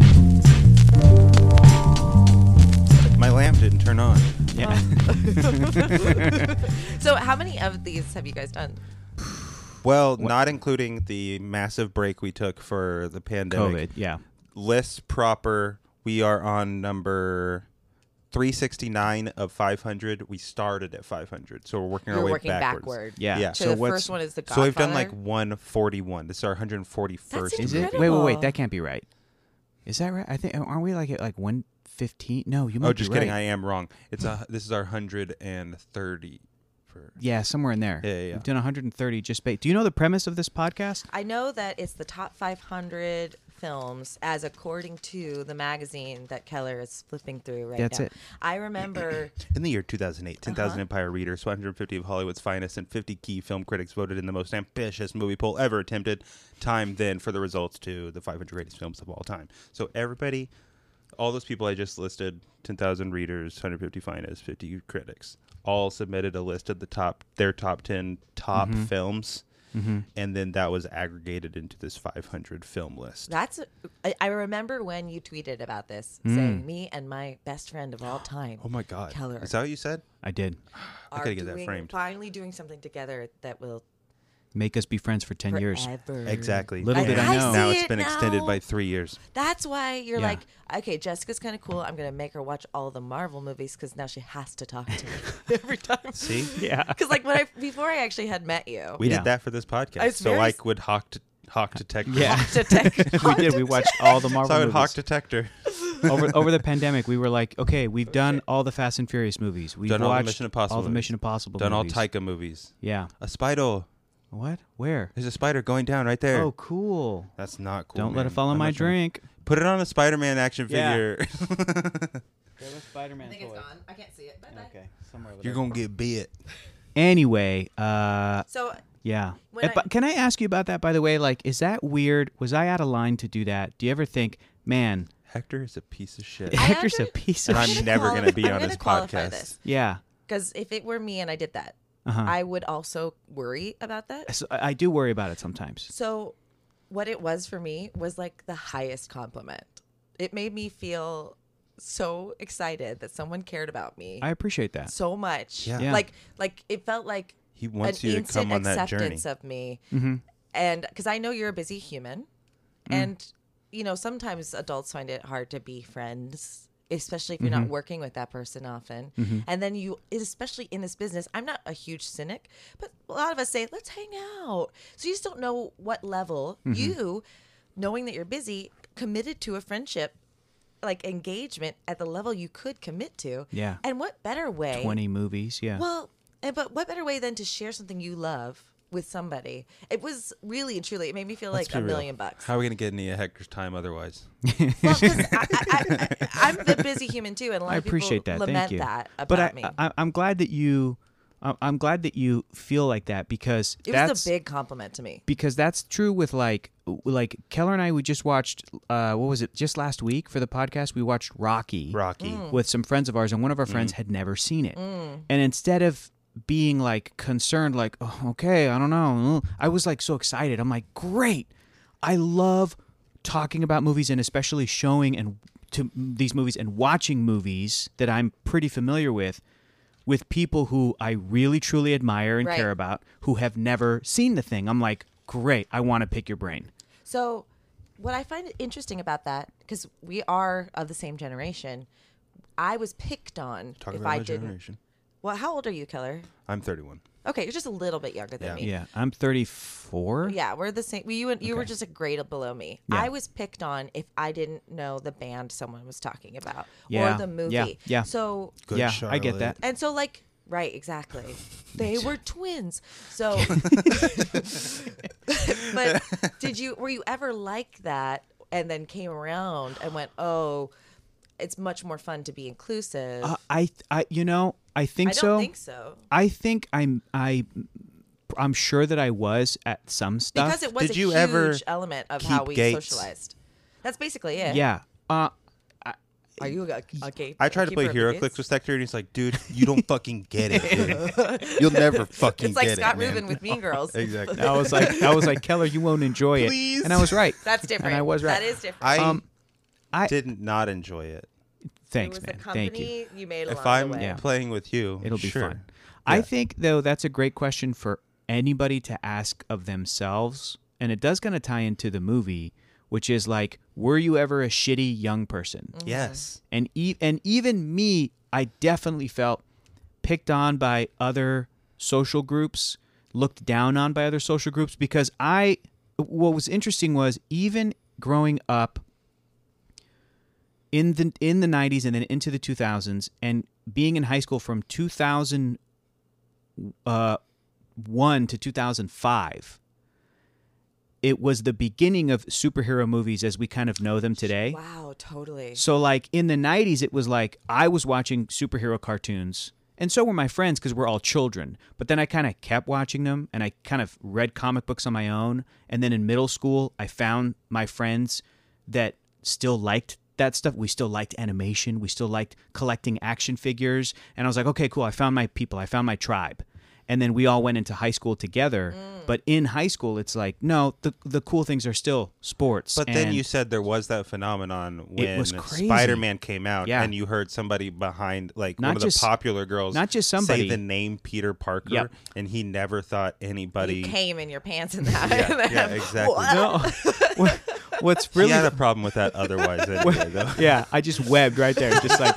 Um, So, how many of these have you guys done? Well, not including the massive break we took for the pandemic. COVID. Yeah. List proper, we are on number 369 of 500. We started at 500, so we're working our You're way working backwards. backward. Yeah. Yeah. So, So the what's- first one is the Godfather. So we've done like 141. This is our 141st. movie. Is it? Wait, wait, Incredible. wait. That can't be right. Is that right? I think aren't we like at like one fifteen? No, you might. Oh, be just kidding. right. I am wrong. It's a, this is our 130. For, yeah, somewhere in there. Yeah, yeah, yeah. We've done 130 just based. Do you know the premise of this podcast? I know that it's the top 500 films as according to the magazine that Keller is flipping through right That's now. it. I remember In the year 2008, 10,000 Empire readers, 150 of Hollywood's finest, and 50 key film critics voted in the most ambitious movie poll ever attempted. Time then for the results to the 500 greatest films of all time. So everybody, all those people I just listed, 10,000 readers, 150 finest, 50 critics, all submitted a list of the top their top 10 top Mm-hmm. films, and then that was aggregated into this 500 film list. that's I, I remember when you tweeted about this saying me and my best friend of all time. Hmm. oh my God! Keller. Is that what you said? I did. I are gotta get that doing- framed. Finally doing something together that will Make us be friends for 10 years. forever. Exactly. Little did I I know. Now see it's it been extended now. by three years. That's why you're Yeah. like, okay, Jessica's kind of cool. I'm gonna make her watch all the Marvel movies because now she has to talk to me every time. See? Yeah. Because like when I before I actually had met you, We Yeah. did that for this podcast. It's so very I s- would hawk to, hawk detector. Yeah. to tech- we did. We watched all the So Marvel I would hawk movies. detector. over over the pandemic. We were like, okay, we've done all the Fast and Furious movies. We've Done all watched the Mission Impossible All the movies. Mission Impossible. Done all movies. Taika movies. Yeah. A spider. What? Where? There's a spider going down right there. Oh, cool. That's not cool. Don't Oh, let man. it fall I'm on my not trying- drink. Put it on a Spider-Man action Yeah. figure. Spider-Man I can't see it. Okay. Somewhere You're gonna get bit. Anyway, uh, So yeah. When Uh, but I- can I ask you about that? By the way, like, is that weird? Was I out of line to do that? Do you ever think, man, Hector is a piece of shit. I Hector's a actually- piece And of I'm shit? never quali- gonna be I'm on gonna this qualify podcast. This Yeah. because if it were me and I did that, Uh-huh. I would also worry about that. So I I do worry about it sometimes. So what it was for me was like the highest compliment. It made me feel so excited that someone cared about me. I appreciate that. so much. Yeah. Yeah. Like like it felt like He wants an you to instant come on that journey. acceptance of me. And because I know you're a busy human, and you know sometimes adults find it hard to be friends. Especially if you're not working with that person often. And then you, especially in this business, I'm not a huge cynic, but a lot of us say, let's hang out. So you just don't know what level you, knowing that you're busy, committed to a friendship, like engagement at the level you could commit to. Yeah. And what better way? 20 movies. Yeah. Well, and- but what better way than to share something you love with somebody? It was really and truly, it made me feel Let's like be a real. million bucks. How are we gonna get any of Hector's time otherwise? well, 'cause I, I, I, I'm the busy human too, and a lot I of people appreciate that. lament Thank you. that about but I, uh, me. I, I'm glad that you, I- I'm glad that you feel like that because it that's was a big compliment to me. because that's true with like like Keller and I. We just watched uh, what was it? Just last week for the podcast, we watched Rocky. Rocky. Hmm. with some friends of ours, and one of our friends had never seen it. And instead of being like concerned, like, oh, okay, I don't know, I was like so excited. I'm like, great. I love talking about movies and especially showing and to these movies and watching movies that I'm pretty familiar with with people who I really truly admire and Right. care about who have never seen the thing. I'm like, great, I want to pick your brain. So, what I find interesting about that, because we are of the same generation, I was picked on Talking if about I my didn't. generation. Well, how old are you, Keller? I'm 31. Okay, you're just a little bit younger than Yeah. me. Yeah, I'm 34. Yeah, we're the same. You and you were just a grade below me. Yeah. I was picked on if I didn't know the band someone was talking about Yeah, or the movie. yeah, yeah. So Good yeah, I get Charlotte. that. and so like right exactly. They were twins. So but did you were you ever like that and then came around and went, "Oh, it's much more fun to be inclusive." Uh, I, I, you know, I think I don't so. think so. I think I'm I I'm sure that I was at some stuff. Because it was Did a you huge ever element of how keep we gates? socialized. That's basically it. yeah. Uh Are you a, a gay? I tried to play keeper of Hero the gates? Clicks with Hector, and he's like, "Dude, you don't fucking get it. Dude. You'll never fucking It's like get Scott it." man." Rubin with Mean Girls. exactly. I was like I was like Keller, you won't enjoy Please. it. And I was right. That's different. And I was right. That is different. I Um, I- did not enjoy it. it Thanks, was the man. company Thank you. made along If I'm the way. Yeah. playing with you, It'll be sure. fun. I think though that's a great question for anybody to ask of themselves, and it does kind of tie into the movie, which is like, were you ever a shitty young person? Mm-hmm. Yes. and e- and even me, I definitely felt picked on by other social groups, looked down on by other social groups because I what was interesting was even growing up in the in the 90s and then into the 2000s and being in high school from 2000 uh 1 to 2005 it was the beginning of superhero movies as we kind of know them today Wow, totally. so like in the 90s it was like I was watching superhero cartoons and so were my friends cuz we're all children. But then I kind of kept watching them and I kind of read comic books on my own and then in middle school I found my friends that still liked that stuff. We still liked animation, we still liked collecting action figures and I was like, "Okay, cool. I found my people. I found my tribe." And then we all went into high school together. Mm. But in high school it's like, "No, the the cool things are still sports." But then and- you said there was that phenomenon when was crazy. Spider-Man came out, Yeah. and you heard somebody behind, like Not one just- of the popular girls, not just somebody. say the name Peter Parker, Yep. and he never thought anybody. you came in your pants in that. yeah, yeah, exactly. No. What- What's really He had a problem with that otherwise. Anyway, though. yeah, I just webbed right there, just like,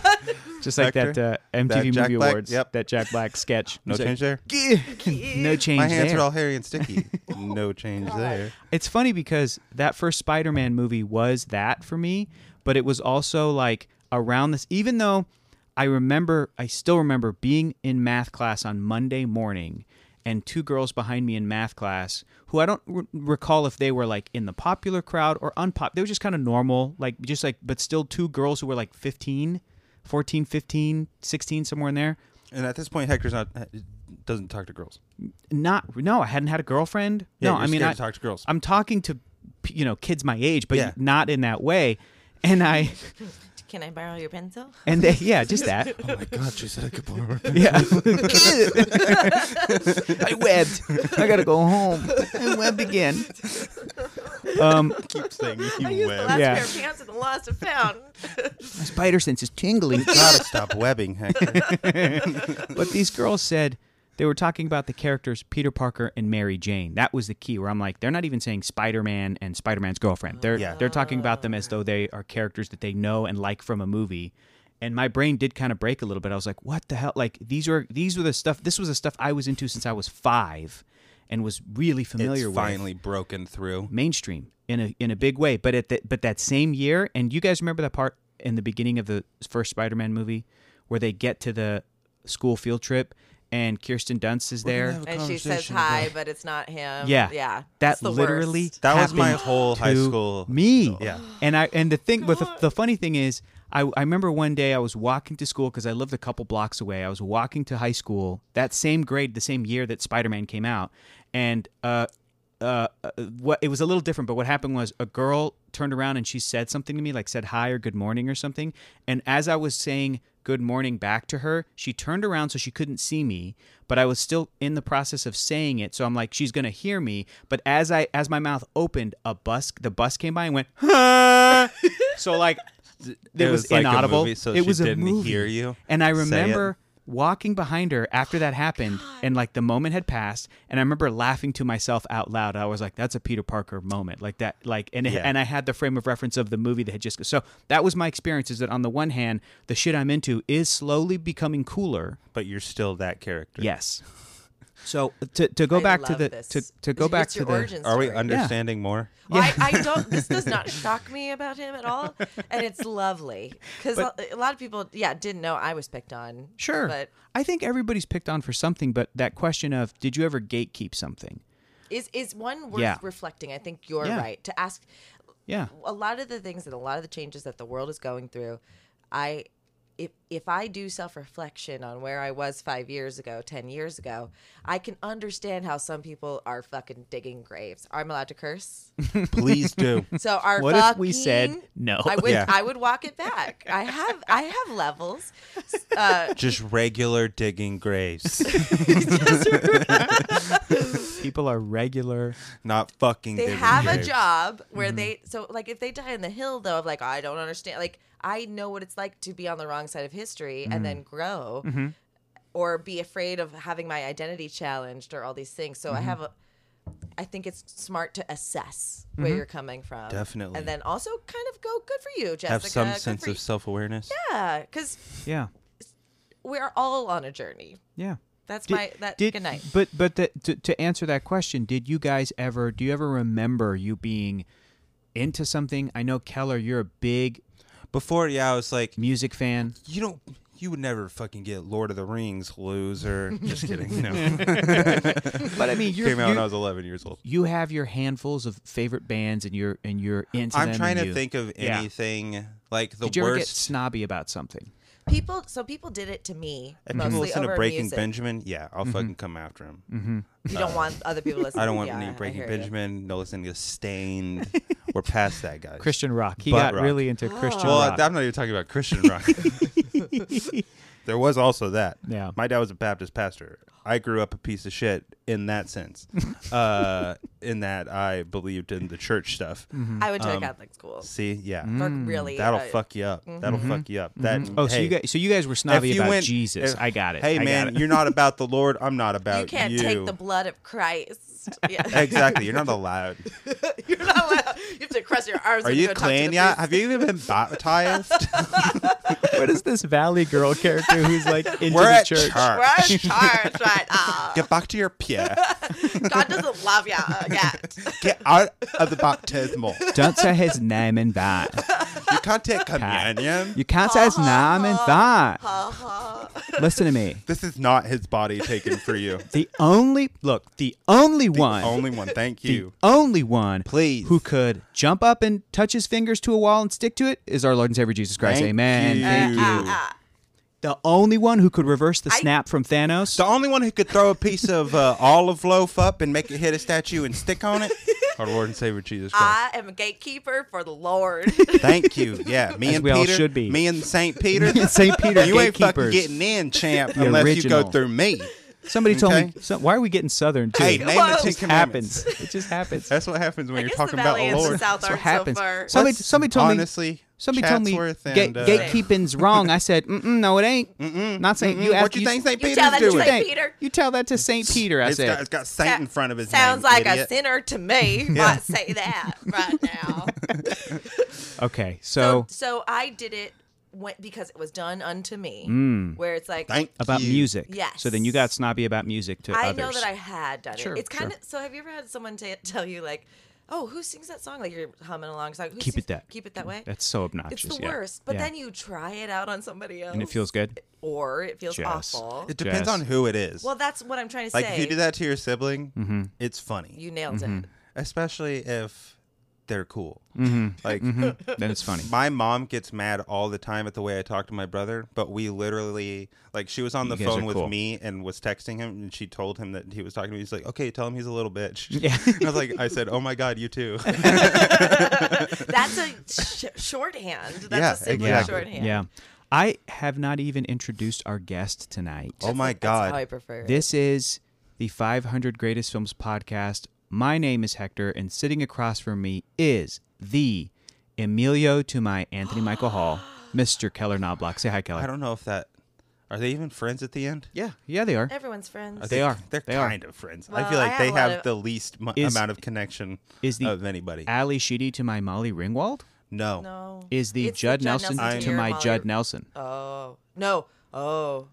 just like that uh, Vector. MTV That Movie Jack Black- Awards, yep. that Jack Black sketch. No It's like, change there. no change. My hands there. are all hairy and sticky. no change there. It's funny because that first Spider-Man movie was that for me, but it was also like around this. Even though I remember, I still remember being in math class on Monday morning, and two girls behind me in math class who I don't r recall if they were like in the popular crowd or unpop. They were just kind of normal, like just like, but still two girls who were like 15, 14, 15, 16, somewhere in there. And at this point, Hector's not doesn't talk to girls. Not no, I hadn't had a girlfriend. Yeah, no, you're I mean scared I to talk to girls. I'm talking to p- you know kids my age, but Yeah. not in that way. And I Can I borrow your pencil? and they, yeah, just that. Oh my god, she said I could borrow. Yeah. I webbed. I gotta go home. I webbed again. Um, Keep saying I used you the web. last Yeah. pair of pants and the last I found. my spider sense is tingling. Gotta stop webbing, Hector. but these girls said they were talking about the characters Peter Parker and Mary Jane. That was the key. Where I'm like, they're not even saying Spider Man and Spider Man's girlfriend. They're Yeah. they're talking about them as though they are characters that they know and like from a movie. And my brain did kind of break a little bit. I was like, what the hell? Like these were these were the stuff. This was the stuff I was into since I was five, and was really It's familiar with finally broken through. mainstream in a in a big way. But at the, but that same year, and you guys remember that part in the beginning of the first Spider-Man movie where they get to the school field trip and Kirsten Dunst is there. And she says hi, but it's not him. Yeah, Um, Yeah. That It's the literally worst. That was my happened whole high to school. me. Yeah. and I and the thing, but the, the funny thing is. I, I remember one day I was walking to school because I lived a couple blocks away. I was walking to high school that same grade, the same year that Spider Man came out, and uh, uh, uh, what it was a little different, but what happened was a girl turned around and she said something to me, like said hi or good morning or something. And as I was saying good morning back to her, she turned around so she couldn't see me, but I was still in the process of saying it, so I'm like, she's gonna hear me. But as I as my mouth opened, a bus the bus came by and went, "Huh." so like it, was, like a inaudible. movie, so she it was a didn't movie. hear you And I say it. remember walking behind her after Oh that happened and like the moment had passed and i remember laughing to myself out loud i was like that's a peter parker moment like that like and it, Yeah. and i had the frame of reference of the movie that had just so that was my experience is that on the one hand the shit i'm into is slowly becoming cooler But you're still that character. yes so to, to go I back to love the this. to, to go It's back your to the origin Are we story. understanding more? Well, I, I don't. This does not shock me about him at all, and it's lovely because a lot of people, yeah, didn't know I was picked on. sure but i think everybody's picked on for something but that question of did you ever gatekeep something is is one worth Yeah. reflecting? I think you're Yeah. right to ask. yeah A lot of the things and a lot of the changes that the world is going through, I, if if I do self reflection on where I was five years ago, ten years ago, I can understand how some people are fucking digging graves. I'm allowed to curse. Please do. So our What if we fucking- said no? I would Yeah. I would walk it back. I have I have levels. Uh, Just regular digging graves, people are regular not fucking. they digging have a graves. job where Mm-hmm. they so like if they die on the hill though of like "Oh, I don't Mm-hmm. understand like I know what it's like to be on the wrong side of history and then grow. or be afraid of having my identity challenged or all these things. So I Mm-hmm. have a I think it's smart to assess where Mm-hmm. you're coming from. Definitely. And then also kind of go good for you, Jessica. Have some Good sense for of self awareness. you. Yeah, cuz Yeah. we're all on a journey. Yeah. That's Did- my that did- good night. But but the, to to answer that question, did you guys ever? Do you ever remember you being into something? I know Keller, you're a big Before, yeah, I was like, music fan. you don't, you would never fucking get Lord of the Rings, loser. Just kidding. No. But I mean, you're, Came out when you- I was 11 years old. you have your handfuls of favorite bands, and you're and you're into them I'm trying to and you- think of Yeah. anything like the Did you ever get worst. snobby about something? People so people did it to me. If people mostly listen to over Breaking music. Benjamin, yeah, Mm-hmm. I'll fucking come after him. You don't want other people listening. I don't want yeah, I any Breaking hear you. Benjamin. No listening to Stained. We're past that, guys. Christian rock. He Butt got rock. really into Christian Well, rock. I'm not even talking about Christian rock. there was also that. Yeah. My dad was a Baptist pastor. I grew up a piece of shit in that sense, uh, in that I believed in the church stuff. Mm-hmm. I went to a Catholic school. See, yeah, Fuck, really. Um, uh, that'll I- fuck you up. That'll fuck you up. That. Mm-hmm. oh, so hey, you guys, so you guys were if snobby you about went- Jesus. if- I got it. I Hey, got man, it. you're not about the Lord. I'm not about You can't take the blood of Christ. Yeah. exactly. You're not allowed. You're not allowed. You have to cross your arms. Are and you go talk to clean the yet? priest. Have you even been baptized? what is this Valley Girl character who's like into We're the at church? We're church. in charge right now. Get back to your pew. God doesn't love you yet. Get out of the baptismal. Don't say his name in that. You can't take communion. You can't say his name Oh. in that. Uh-huh. Listen to me. This is not his body taken for you. The only look, the only one, Only one. Thank the you. only one, Please. who could jump up and touch his fingers to a wall and stick to it is our Lord and Savior Jesus Christ. Thank Amen. you. Thank Uh, you. The only one who could reverse the snap from Thanos. The only one who could throw a piece of uh, olive loaf up and make it hit a statue and stick on it. Our Lord and Savior Jesus Christ. I am a gatekeeper for the Lord. Thank you. Yeah, me As and we all Peter. should be. Me and Saint Peter. St. Peter you ain't fucking gatekeepers. getting in, champ, unless you go original. through me. Somebody told Okay. me. So, why are we getting southern too? Hey, it name Whoa. the Ten just Commandments. happens. It just happens. That's what happens when I you're guess the talking about valley a and the Lord. south That's are what so happens. far. Somebody, somebody told me. Honestly, Somebody told me Chatsworth ga- and, uh, gatekeeping's wrong. I said, Mm-mm, no, it ain't. Not saying you. what ask- you think Saint you Peter's tell that to doing? Saint think- Peter? You tell that to Saint Peter. I It's said, got, it's got Saint in front of his Sounds name. like idiot. a sinner to me. Might say that right now. okay, So, so, so I did it when, because it was done unto me. Mm. Where it's like Thank about you. music. Yes. So then you got snobby about music to I others. know that I had done Sure, it. It's kind sure. of so. Have you ever had someone ta tell you like, "Oh, who sings that song?" Like you're humming along, it's like, who Keep sings- it that- keep it that way." That's so it's obnoxious. the yeah. worst. But Yeah. then you try it out on somebody else, and it feels good. or it feels Jess. awful. It depends Jazz. on who it is. well, that's what I'm trying to like say. if you do that to your sibling, Mm-hmm. it's funny, you nailed it. especially if they're cool. Mm-hmm. Like Then it's funny. my mom gets mad all the time at the way I talk to my brother, but we literally like she was on the guys phone are with cool. me and was texting him, and she told him that he was talking to me. He's like, "Okay, tell him he's a little bitch." Yeah. And I was like, "I said, oh my god, you too." That's a sh- shorthand. That's Yeah, a sibling exactly. shorthand. Yeah. I have not even introduced our guest tonight. oh my That's how I god, prefer. it. This is the 500 Greatest Films podcast. My name is Hector, and sitting across from me is the Emilio to my Anthony Michael Hall, Mr. Keller Knobloch. Say hi, Keller. I don't know if that. Are they even friends at the end? yeah, yeah, they are. Everyone's friends. They are. They're They are. kind of friends. I Well, feel I like have they a lot have of- the least mu- Is- amount of connection is the- of anybody. Ali Sheedy to my Molly Ringwald No. No. is the It's Judd, Nelson, to your my Molly- Judd Nelson. Oh no. Oh.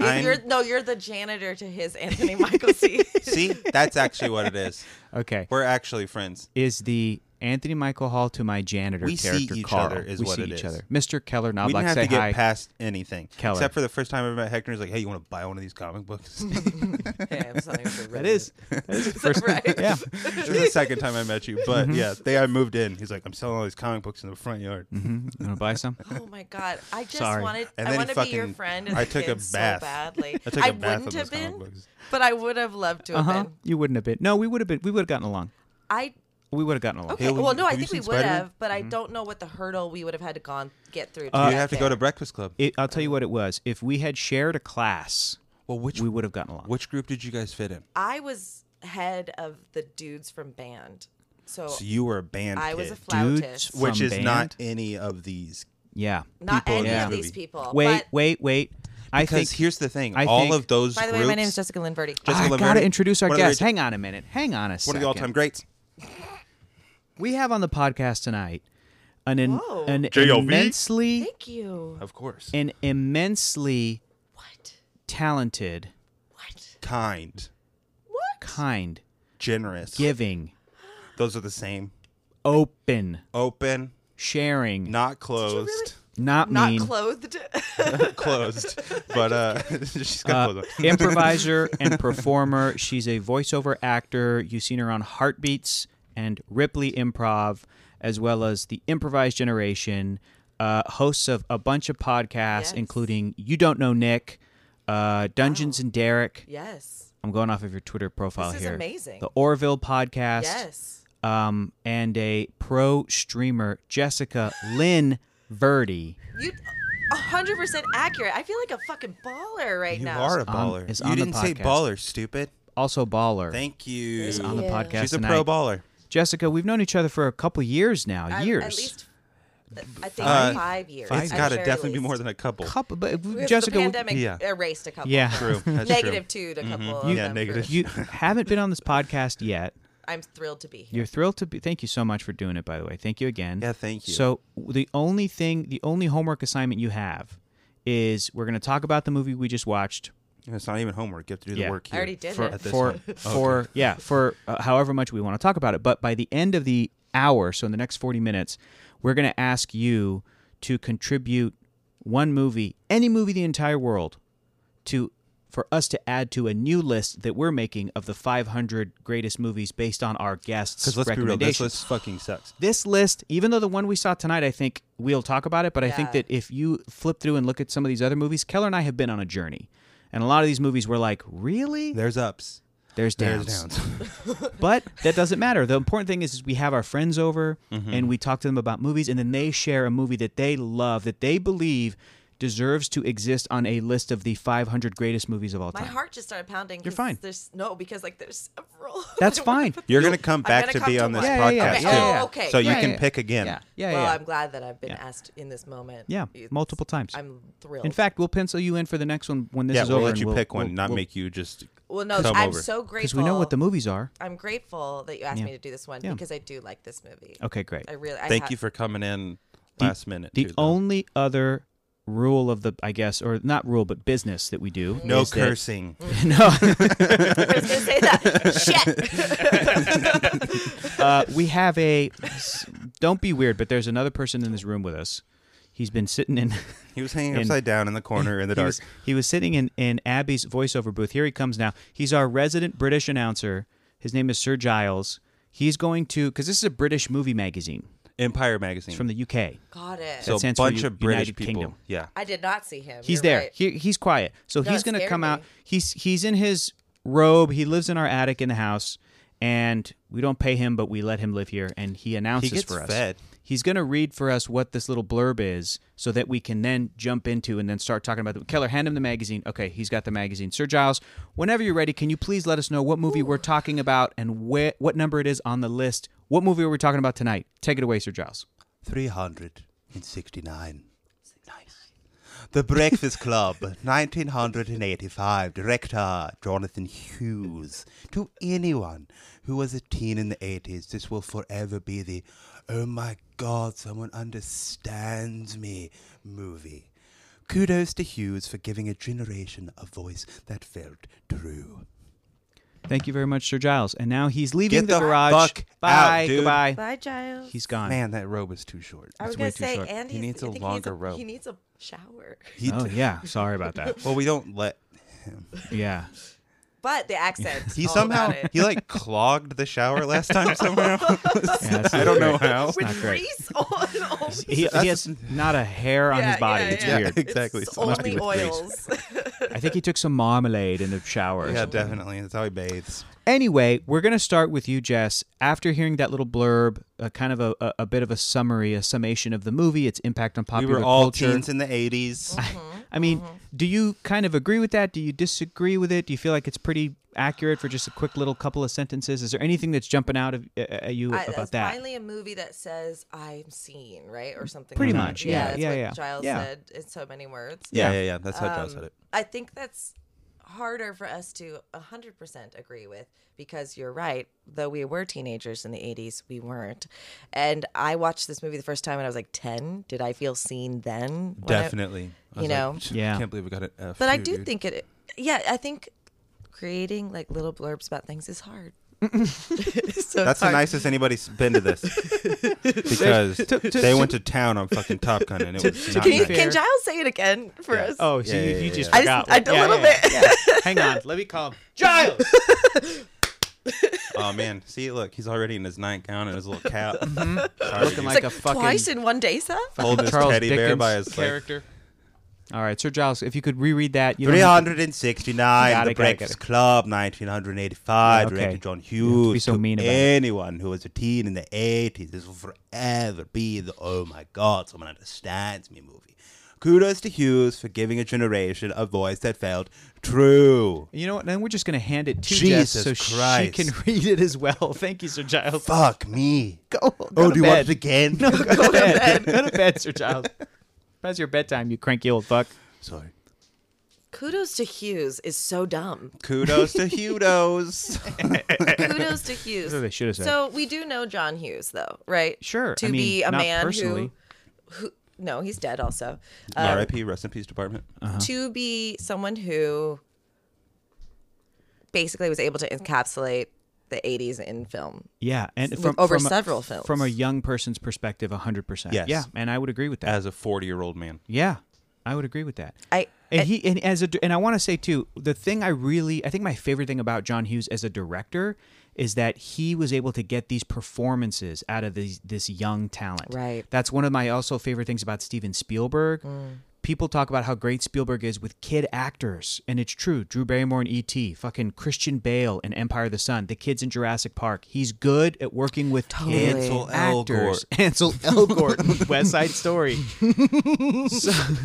I'm- you're no. You're the janitor to his Anthony Michael C. See, that's actually what it is. Okay. We're actually friends. Is the Anthony Michael Hall to my janitor We see character each Carl. other is we what see it is. each other. Mr. Keller we Knobloch, didn't have say to get hi. past anything. Keller. Except for the first time I ever met Hector, he's like, hey, you want to buy one of these comic books? it that that is, that is the first right? Yeah. was the second time I met you. But Mm-hmm. yeah, they I moved in. He's like, I'm selling all these comic books in the front yard. You want to buy some? Oh my god! I just Sorry. wanted. And I then want he to be your fucking- friend. As I a took a kid so bath. badly. I took a bath wouldn't in have those comic been, books. Uh-huh. but I would have loved to Uh have huh. been. You wouldn't have been. No, we would have been. We would have gotten along. I We would have gotten along. okay. Haley, well, no, I have you think we seen would Spider-Man? have, but I don't know what the hurdle we would have had to gone get through. To You'd get Uh, have to go to there. Breakfast Club. It, I'll tell you what it was. If we had shared a class, Well, which we would have gotten along. which group did you guys fit in? I was head of the dudes from band, so, So you were a band I was a kid, flautist. Dudes? which From is not band? any of these. yeah. Not people in any this of movie. these people. Wait, but wait, wait. I Because think here's the thing: I all think- of those. By the groups, way, my name is Jessica Lynn Verdi. Jessica I Lynn gotta Verdi, introduce our one of the guest. orig- Hang on a minute. Hang on a one second. of the all-time greats. We have on the podcast tonight an in, Whoa. an JLV? immensely Thank you. Of course. an immensely What? talented, What? kind, What? kind, generous. giving, Those are the same. open, Open, sharing, not, not closed. Not mean, clothed. closed. But uh she's got uh, clothes on. improviser and performer. She's a voiceover actor. You've seen her on Heartbeats and Ripley Improv, as well as the Improvised Generation. Uh, hosts of a bunch of podcasts, Yes. including You Don't Know Nick, uh, Dungeons and Derek. yes. I'm going off of your Twitter profile This is Oh, here. amazing. The Orville podcast. Yes. Um, and a pro streamer, Jessica Lynn Verdi. You. 100% accurate. I feel like a fucking baller right You now. are a on- baller. is you on the didn't say podcast. baller, stupid. Also baller. Thank you. Is on the Yeah. podcast She's a tonight. pro baller. Jessica, we've known each other for a couple years now. I- years. At least, I think Uh, five years. It's at got to very definitely be least. more than a couple. couple, but Because Jessica, the we- pandemic Yeah. erased a couple. Yeah. Mm-hmm. of them. True. That's Negative true. two to a couple. Of You- them Yeah, negative. for- you haven't been on this podcast yet. I'm thrilled to be here. You're thrilled to be. Thank you so much for doing it, by the way. Thank you again. Yeah, thank you. So the only thing, the only homework assignment you have is we're going to talk about the movie we just watched It's not even homework. You have to do Yeah. the work I here. already did for it. this for time. for yeah for uh, however much we want to talk about it. But by the end of the hour, so in the next forty minutes, we're going to ask you to contribute one movie, any movie, the entire world, to for us to add to a new list that we're making of the 500 greatest movies based on our guests' Because let's be real, recommendations this list fucking sucks. this list, even though the one we saw tonight, I think we'll talk about it, but I think Yeah. that if you flip through and look at some of these other movies, Keller and I have been on a journey. And a lot of these movies were like, really? There's ups. There's downs. There's downs. But that doesn't matter. The important thing is, is we have our friends over Mm-hmm. and we talk to them about movies, and then they share a movie that they love, that they believe deserves to exist on a list of the 500 greatest movies of all My time. heart just started pounding. You're 'cause fine. There's no because like there's several. That's that I wanna fine. put- You're going to come back gonna to come be to on this one. Yeah, yeah, yeah, podcast, yeah, too. yeah. Oh, okay. So you Yeah, can yeah. pick again. yeah, yeah, yeah. Well, yeah. I'm glad that I've been asked in this moment. Yeah, It's- multiple times. I'm thrilled. In fact, we'll pencil you in for the next one when this Yeah, is we'll over. let and you we'll- pick one, we'll- not we'll- make you just well, no, come I'm over. so because grateful. we know what the movies are. I'm grateful that you asked Yeah. me to do this one Yeah. because I do like this movie. Okay, great. I really. I Thank ha- you for coming in last minute. The too, though. only other rule of the, I guess, or not rule, but business that we do. no is that- cursing. Mm. I was gonna say that. Shit. uh, we have a. Don't be weird, but there's another person in this room with us. He's been sitting in. He was hanging And- upside down in the corner in the he dark. was, he was sitting in in Abby's voiceover booth. Here he comes now. He's our resident British announcer. His name is Sir Giles. He's going to because this is a British movie magazine. Empire magazine. It's from the UK. Got it. so a stands for bunch U- of British United people. Kingdom. Yeah. I did not see him. He's You're there. right. He, he's quiet. So No, he's it going to scared come me. out. He's he's in his robe. He lives in our attic in the house, and we don't pay him, but we let him live here. And he announces gets for us. fed. He's going to read for us what this little blurb is, so that we can then jump into and then start talking about the Keller. Hand him the magazine. Okay, he's got the magazine. Sir Giles, whenever you're ready, can you please let us know what movie we're talking about and where, what number it is on the list? What movie are we talking about tonight? Take it away, Sir Giles. 369. Nice. The Breakfast Club, 1985. Director Jonathan Hughes. To anyone who was a teen in the 80s, this will forever be the oh my god, someone understands me movie. Kudos to Hughes for giving a generation a voice that felt true. Thank you very much, Sir Giles. And now he's leaving Get the, the garage. fuck Bye. out, dude. Goodbye. Bye, Giles. He's gone. Man, that robe was too short. I was That's gonna way too say, short. and He he's- needs a I think he longer rope. He needs a shower. He Oh d- yeah, sorry about that. well, we don't let him. Yeah, But the accent. He all somehow about it. he like clogged the shower last time somehow. Yeah, that's I don't know great. how. with not great. grease on. oh, all- he, he has not a hair on his body. it's yeah. weird. exactly. It's So it must only be with grease. oils. I think he took some marmalade in the shower. Yeah, definitely. That's how he bathes. Anyway, we're gonna start with you, Jess. After hearing that little blurb, a kind of a, a, a bit of a summary, a summation of the movie, its impact on popular we were all culture. teens in the 80s. I mean, do you kind of agree with that? Do you disagree with it? Do you feel like it's pretty accurate for just a quick little couple of sentences? Is there anything that's jumping out of, uh, at you I, about that's that? finally a movie that says I'm seen, right, or something. Pretty like that. much, yeah, that's yeah, what yeah. Giles Yeah. said in so many words. Yeah, Yeah. yeah, yeah. That's how Giles said it. I think that's harder for us to 100% agree with because you're right. Though we were teenagers in the 80s, we weren't. And I watched this movie the first time when I was like 10. Did I feel seen then? When I- Definitely. I was you know. "Psh, Yeah. Can't believe we got an F. but I too, do dude." think it, yeah, I think creating like little blurbs about things is hard. so That's it's the hard. nicest anybody's been to this because they went to town on fucking Top Gun and it was to not Can, you, nice. Fair. can Giles say it again for Yeah. us? Oh, so Yeah, you, yeah, you yeah, just yeah. I just- forgot. I d- a little bit. Hang on, let me call him Giles. Oh man, see, look, he's already in his nightgown and his little cap, Sorry, Looking dude. like it's like, a fucking- twice in one day, sir. holding his Charles teddy bear Dickens by his like, character. All right, Sir Giles, if you could reread that, you don't Three have to- hundred and sixty-nine, Got The it, got it, Breakfast Club, nineteen hundred and eighty-five, Okay. directed John have to be Hughes. so to mean about it. anyone who was a teen in the eighties, this will forever be the oh my god, someone understands me movie. Kudos to Hughes for giving a generation a voice that felt true. You know what? Then we're just going to hand it to Jesus Jess so Christ. she can read it as well. Thank you, Sir Giles. Fuck me. Go, go oh, to do you bed. want it again? No, go, to bed. go to bed, Sir Giles. That's your bedtime, you cranky old fuck. Sorry. Kudos to Hughes is so dumb. Kudos to Hughes. Kudos to Hughes. what they should have said. So we do know John Hughes, though, right? Sure, I To mean, be a not man personally. who, who, no, he's dead. Also, Uh, Um, R.I.P. Rest in peace, department. uh-huh. to be someone who basically was able to encapsulate the '80s in film. Yeah, and With from over from a- several From a films. young person's perspective, hundred percent. Yes. Yeah, and I would agree with that. As a forty-year-old man, yeah, I would agree with that. I- and I- he and as a and I want to say too, the thing I really I think my favorite thing about John Hughes as a director is that he was able to get these performances out of these this young talent. Right. Mm. That's one of my also favorite things about Steven Spielberg. People talk about how great Spielberg is with kid actors, and it's true. Drew Barrymore in E.T., fucking Christian Bale in Empire of the Sun, the kids in Jurassic Park. He's good at working with Totally. kids Ansel actors. Ansel Elgort in West Side Story. so,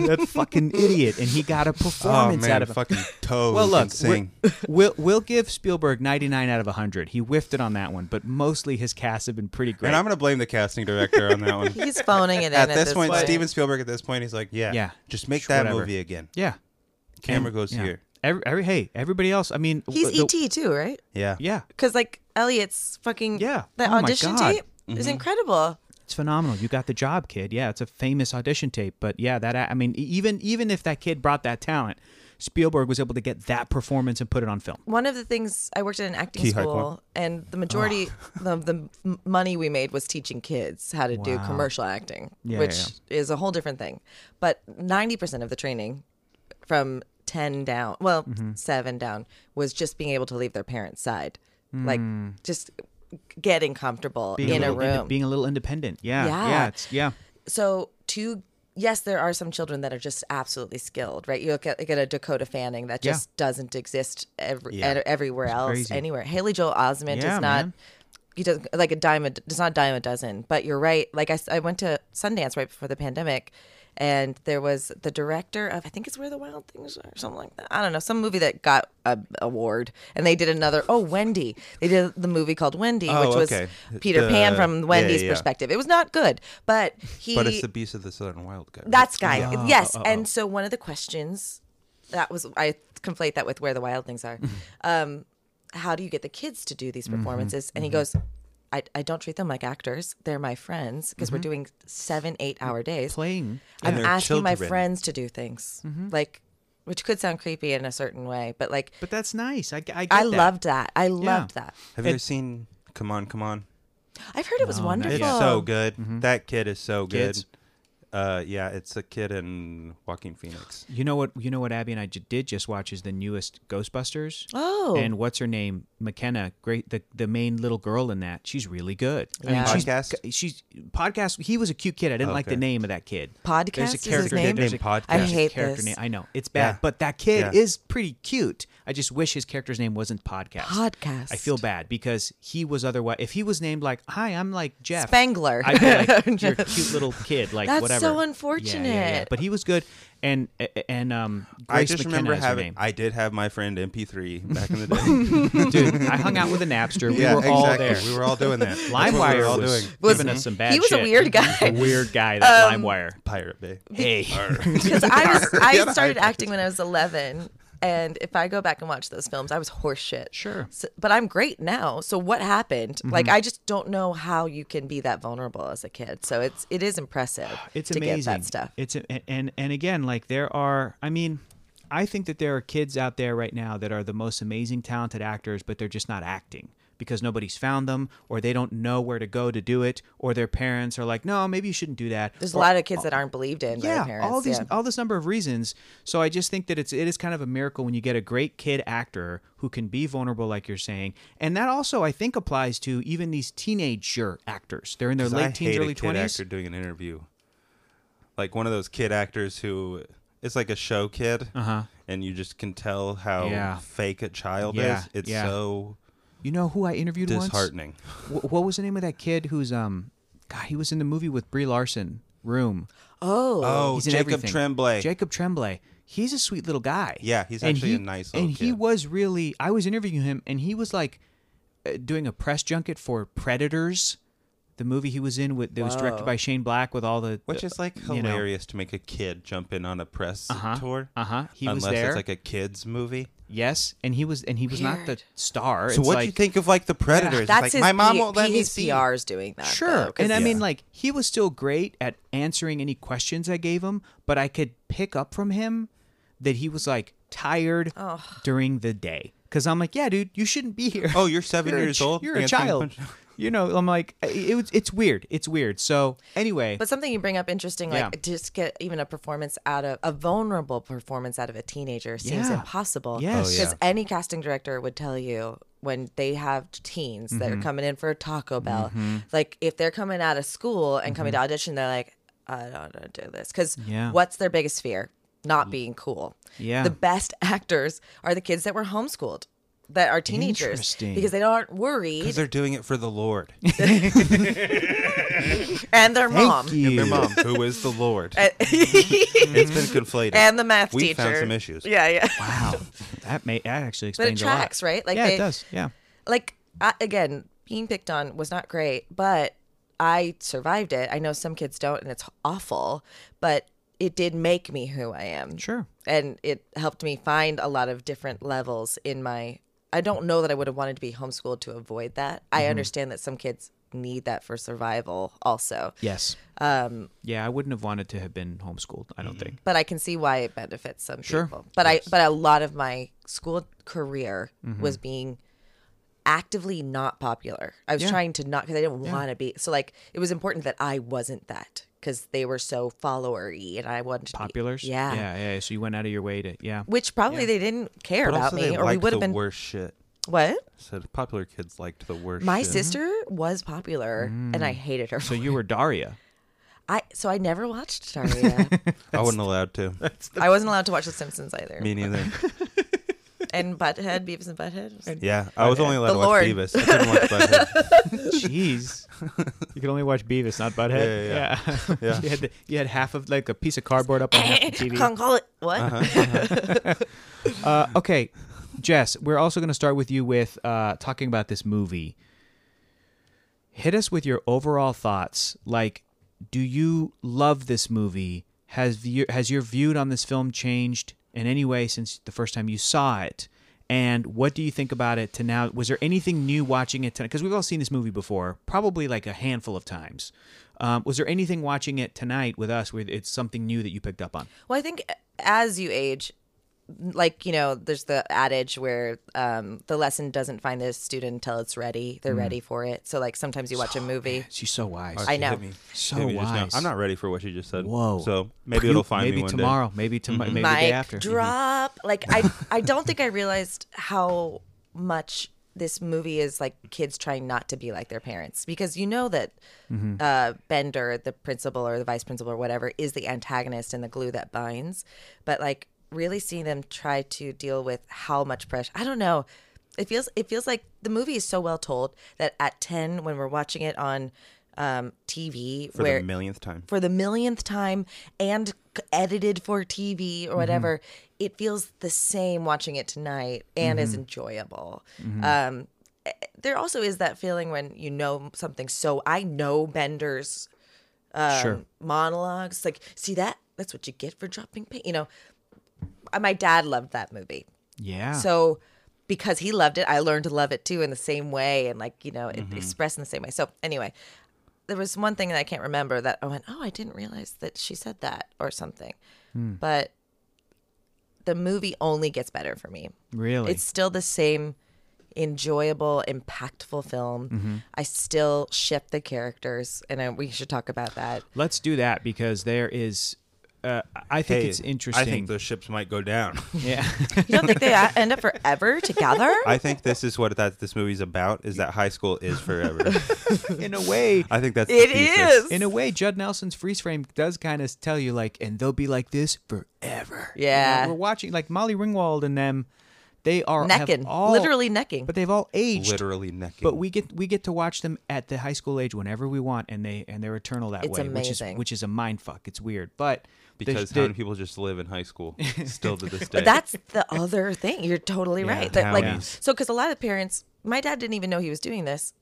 that fucking idiot, and he got a oh performance man, out of him. fucking toes Well, look, and sing. we're- we'll we'll give Spielberg 99 out of 100. He whiffed it on that one, but mostly his casts have been pretty great. And I'm gonna blame the casting director on that one. He's phoning it in at this point, point. Steven Spielberg. At this point, he's like, "Yeah, Yeah, just make sh- that whatever. movie again." yeah, Camera goes yeah. here. Every, every hey, everybody else. I mean, He's E the- ET too, right? Yeah, Yeah, Because like Elliot's fucking Yeah. The Oh my audition God. tape Mm-hmm. is incredible. it's phenomenal. You got the job, kid. Yeah, it's a famous audition tape, but yeah, that I mean, e- even even if that kid brought that talent, Spielberg was able to get that performance and put it on film. one of the things I worked at an acting Key high point. school, and the majority of the m- money we made was teaching kids how to do Ah. Wow. commercial acting, Yeah, which yeah, is a whole different thing. But 90% of the training from 10 down, well, Mm-hmm. 7 down, was just being able to leave their parents' side. Like, just getting comfortable in a little inde- room. Hmm. being a little independent. Yeah, yeah, Yeah. yeah. It's, yeah. so to yes there are some children that are just absolutely skilled right you look at, look at a dakota fanning that Yeah. just doesn't exist every, Yeah. e- everywhere else crazy. anywhere haley joel osment Yeah, is not man. he does like a dime a, it's not a dime a dozen but you're right like I, s- I went to sundance right before the pandemic and there was the director of i think it's where the wild things are or something like that i don't know some movie that got a award and they did another oh wendy they did the movie called wendy Oh, which was okay. peter pan The- from yeah, wendy's yeah, yeah. perspective it was not good but he but it's the Beast of the Southern Wild guy. right? that's guy. yes. And so one of the questions that was I conflate that with where the wild things Mm-hmm. are. um, how do you get the kids to do these performances? And he Mm-hmm. goes, I, I don't treat them like actors. They're my friends because we're Mm-hmm. doing seven, eight hour days. Playing. I'm they're asking my children. friends to do things Mm-hmm. like, which could sound creepy in a certain way, but like, But that's nice. I, I, get I that. loved that. I loved that. Have you ever seen Come On, Come On? I've heard it was wonderful. It's so good. That kid is so good. Mm-hmm. Kids. Uh, yeah, it's a kid in Walking Phoenix. You know what? You know what? Abby and I ju- did just watch is the newest Ghostbusters. Oh. and what's her name? McKenna, great the the main little girl in that. She's really good. Yeah. she's, Podcast? She's podcast. He was a cute kid. I didn't like the Okay. name of that kid. Podcast There's a is his character name? There's Name a, Podcast. I there's a hate character this. name. I know it's bad, Yeah. but that kid Yeah. is pretty cute. I just wish his character's name wasn't podcast. Podcast. I feel bad because he was otherwise. If he was named like, "Hi, I'm like Jeff Spangler. I'd be like, "You're a cute little kid." Like That's whatever. so Yeah, yeah, unfortunate. But he was good, and and um, Grace I just McKenna remember is her having. name. I did have my friend MP3 back in the day. dude. I hung out with a Napster. We were all there. We were all doing that. That's what we were LimeWire all was doing. Mm-hmm. Was- giving us some bad. he was a shit. weird guy. Um, A weird guy. That LimeWire. Pirate Bay. Hey, because I was Yeah, I the started hype. acting when I was 11, and if I go back and watch those films, I was horseshit. Sure. Mm-hmm. So- but I'm great now. So what happened? Like I just don't know how you can be that vulnerable as a kid. So it's it is impressive. it's to amazing. get that stuff. It's a- and and again, like there are. I mean, I think that there are kids out there right now that are the most amazing, talented actors, but they're just not acting because nobody's found them, or they don't know where to go to do it, or their parents are like, "No, maybe you shouldn't do that." There's a or- lot of kids that aren't believed in by yeah, their parents. all these, yeah. all this number of reasons. So I just think that it's it is kind of a miracle when you get a great kid actor who can be vulnerable, like you're saying, and that also I think applies to even these teenager actors. They're in their I late hate teens, a early kid twenties. actor doing an interview. Like one of those kid actors who it's like a show kid, Uh-huh. and you just can tell how Yeah. fake a child Yeah, is. It's yeah. so You know who I interviewed once? disheartening. Wh- what was the name of that kid who's um god he was in the movie with brie larson room Oh, Oh, he's in Jacob everything. Tremblay. jacob tremblay he's a sweet little guy Yeah, he's And actually a he- nice little and he kid. was really i was interviewing him and he was like uh, doing a press junket for predators the movie he was in with that was directed Whoa. by shane black with all the which is like you know. hilarious to make a kid jump in on a press Uh-huh, tour. uh-huh. He was unless there. it's like a kids movie. yes and he was and he was not the Weird. star So It's what do like- you think of like the Predators? It's that's like, his. my mom P- won't let me his see. PR is doing that. Sure. though, 'cause and I it's- mean, Yeah. like, he was still great at answering any questions I gave him, but I could pick up from him that he was like tired during the day. Cause I'm like, yeah, dude, you shouldn't be here. Oh, you're seven You're a years ch- old. You're a answering child. questions. You know, I'm like, it, it's- it's weird. It's weird. So anyway, But something you bring up interesting, like Yeah. just get even a performance out of a vulnerable performance out of a teenager seems Yeah. impossible. Yes. Oh, because yeah. any casting director would tell you when they have teens that Mm-hmm. are coming in for a Taco Bell, like if they're coming out of school and coming to audition, they're like, I don't want to do this because Mm-hmm. Yeah. what's their biggest fear? Not being cool. Yeah. the best actors are the kids that were homeschooled. That are teenagers Interesting. because they aren't worried, Because they're doing it for the Lord. and their thank mom, you. Mm-hmm. Their mom, who is the Lord. it's been conflated. and the math we teacher. found some issues. Yeah, yeah. Wow. That may that actually but it explains a lot. tracks, right? Like yeah, they, it does. Yeah. Like I, again, being picked on was not great, but I survived it. I know some kids don't, and it's awful, but it did make me who I am. Sure. and it helped me find a lot of different levels in my. I don't know that I would have wanted to be homeschooled to avoid that. Mm-hmm. I understand that some kids need that for survival, also. Yes. Um, Yeah. I wouldn't have wanted to have been homeschooled. I don't think. but I can see why it benefits some Sure. people. But I but a lot of my school career was being actively not popular. I was Yeah. trying to not because I didn't want to be. So like it was important that I wasn't that because they were so followery and I wanted to be- Populars. Mm. yeah. Yeah. Yeah. So you went out of your way to, yeah. Which probably they didn't care But about also, they me, or we liked would have the been worst shit. what? So popular kids liked the worst. My shit. sister was popular, and I hated her. So you were Daria. I so I never watched Daria. I wasn't allowed to. I wasn't allowed to watch The Simpsons either. Me neither. And Butthead, Beavis and Butthead. Yeah, I was only allowed The to watch Lord. Beavis. I couldn't watch Butthead. Jeez. you can only watch Beavis, not Butthead. Yeah, Yeah. you, had the, you had half of like a piece of cardboard up on half the TV. Can't call it what? Uh, okay, Jess, we're also going to start with you with uh, talking about this movie. Hit us with your overall thoughts. Like, do you love this movie? Has your has your viewed on this film changed in any way since the first time you saw it? And what do you think about it to now? Was there anything new watching it tonight? Because we've all seen this movie before, probably like a handful of times. Um, was there anything watching it tonight with us where it's something new that you picked up on? Well, I think as you age, like you know, there's the adage where um, the lesson doesn't find the student until it's ready. They're ready for it. So like sometimes you watch a movie. She's so wise. I She know. hit me. So Hit me just now. wise. I'm not ready for what she just said. Whoa. So maybe it'll find maybe me one day. Mm-hmm. tomorrow, maybe tomorrow, maybe the day Mic after. Mm-hmm. drop. Like I, I don't think I realized how much this movie is like kids trying not to be like their parents because you know that Mm-hmm. uh, Bender, the principal or the vice principal or whatever, is the antagonist and the glue that binds. But like really seeing them try to deal with how much pressure. I don't know. It feels it feels like the movie is so well told that at ten when we're watching it on um, TV for where the millionth time. for the millionth time and c- edited for TV or whatever, it feels the same watching it tonight and is enjoyable. Um, eh, there also is that feeling when you know something. So I know Bender's um, Sure. monologues. Like, see that? That's what you get for dropping paint. You know, Uh, my dad loved that movie. Yeah. So because he loved it, I learned to love it too in the same way and like, you know, it Mm-hmm. expressed in the same way. So anyway, there was one thing that I can't remember that I went, Oh, I didn't realize that she said that or something. Hmm. But the movie only gets better for me. really. It's still the same enjoyable, impactful film. Mm-hmm. I still ship the characters and I, we should talk about that. Let's do that because there is. Uh, I think Hey, it's interesting. I think those ships might go down. yeah. You don't think they a- end up forever together? I think this is what that this movie's about: is that high school is forever. in a way, I think that's It the thesis. is. in a way, Judd Nelson's freeze frame does kind of tell you like, and they'll be like this forever. You know, Yeah. we're watching like Molly Ringwald and them. They are have Necking, all- literally necking. but they've all aged. Literally necking. But we get we get to watch them at the high school age whenever we want, and they and they're eternal that It's way, which amazing. is which is a mind fuck. It's weird, but the- because the- how many people just live in high school still to this day? That's the other thing. You're totally right. That like counties. so because a lot of parents, my dad didn't even know he was doing this,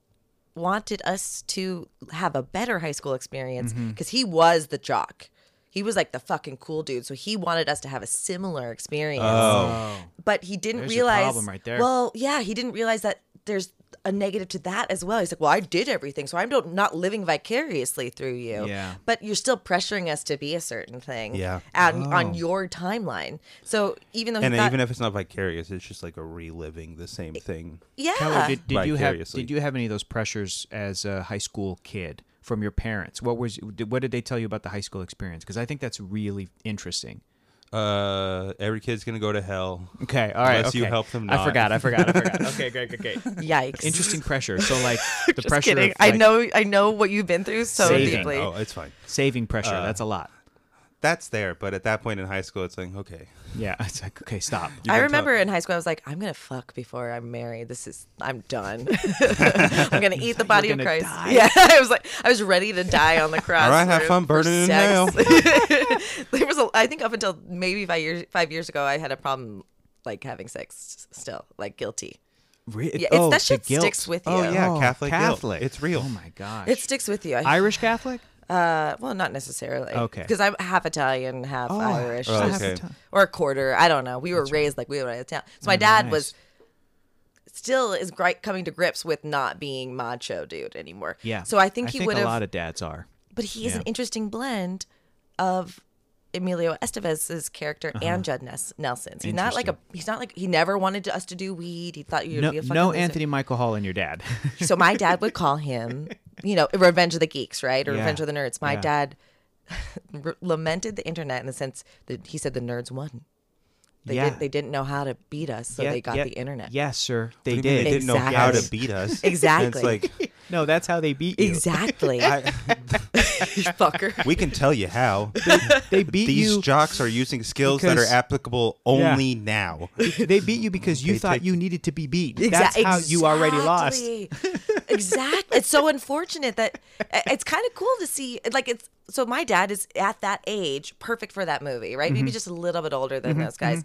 wanted us to have a better high school experience because he was the jock. He was like the fucking cool dude, so he wanted us to have a similar experience. Oh. But he didn't There's your realize. problem right there. Well, yeah, he didn't realize that there's a negative to that as well. He's like, well, I did everything, so I'm don't- not living vicariously through you. Yeah. But you're still pressuring us to be a certain thing. Yeah. On, Oh. on your timeline. So even though he and thought- even if it's not vicarious, it's just like a reliving the same thing. yeah, Kelly, did, did you have Vicariously. did you have any of those pressures as a high school kid from your parents? What was did- what did they tell you about the high school experience? Because I think that's really interesting. Uh, every kid's gonna go to hell. Okay, all right. Unless you okay. help them I not. forgot. I forgot. I forgot. Okay, great, great, great. yikes. Interesting pressure. So like the Just pressure. kidding. Of, I like, know. I know what you've been through so Saving. deeply. Oh, it's fine. saving pressure. Uh. that's a lot. That's there, but at that point in high school, it's like okay. Yeah. It's like okay, stop. I can remember in high school, I was like, "I'm gonna fuck before I'm married. This is, I'm done. I'm gonna eat the body of gonna Christ." die? Yeah, I was like, I was ready to die on the cross. All right, have for- fun for burning in sex. hell. there was, a, I think, up until maybe five years, five years ago, I had a problem like having sex s- still, like guilty. Re- Yeah, it's, oh, that the shit guilt. sticks with you. Oh yeah, Oh, Catholic. guilt. Catholic. It's real. Oh my gosh. It sticks with you. I Irish Catholic. Uh, well, not necessarily. Okay. Because I'm half Italian, half Irish, Oh, half okay. Mm, the time. or a quarter. I don't know. We were raised like we were out of town. So my dad nice. was still is great coming to grips with not being macho dude anymore. Yeah. So I think he would a have. lot of dads are. but he is yeah. an interesting blend of Emilio Estevez's character Uh-huh. and Judd Nes- Nelson's. He's not like a. He's not like he never wanted us to do weed. He thought you'd No, be a fucking no loser. Anthony Michael Hall and your dad. So my dad would call him, you know, Revenge of the Geeks, right? Or Yeah. Revenge of the Nerds. My Yeah. dad r- lamented the internet in the sense that he said the nerds won. They, Yeah. did, they didn't know how to beat us, so Yeah, they got yeah, the internet. Yes, sir. They What do you mean did. They didn't know how to Exactly. beat us. Exactly. And it's like No, that's how they beat you. Exactly. I, you fucker. we can tell you how. They beat These you. jocks are using skills that are because- applicable only now. they beat you because you thought you needed to be beat. That's Exac- how you already lost. Exactly. exactly. It's so unfortunate that it's kind of cool to see. Like it's so my dad is at that age, perfect for that movie, right? Mm-hmm. Maybe just a little bit older than those guys,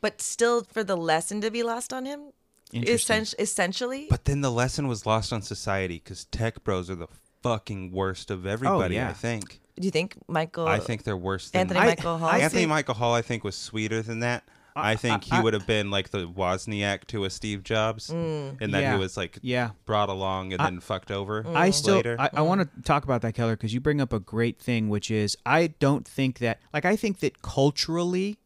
but still for the lesson to be lost on him. Interesting. essen- essentially, But then the lesson was lost on society because tech bros are the fucking worst of everybody. yeah. I think. do you think Michael? I think they're worse than Anthony I- Michael Hall. I Anthony think- Michael Hall, I think, was sweeter than that. I think he would have been like the Wozniak to a Steve Jobs, Mm. and that Yeah. he was like Yeah. brought along and then fucked over. I still Mm. later. Mm. I, I want to talk about that Keller because you bring up a great thing which is I don't think that like I think that culturally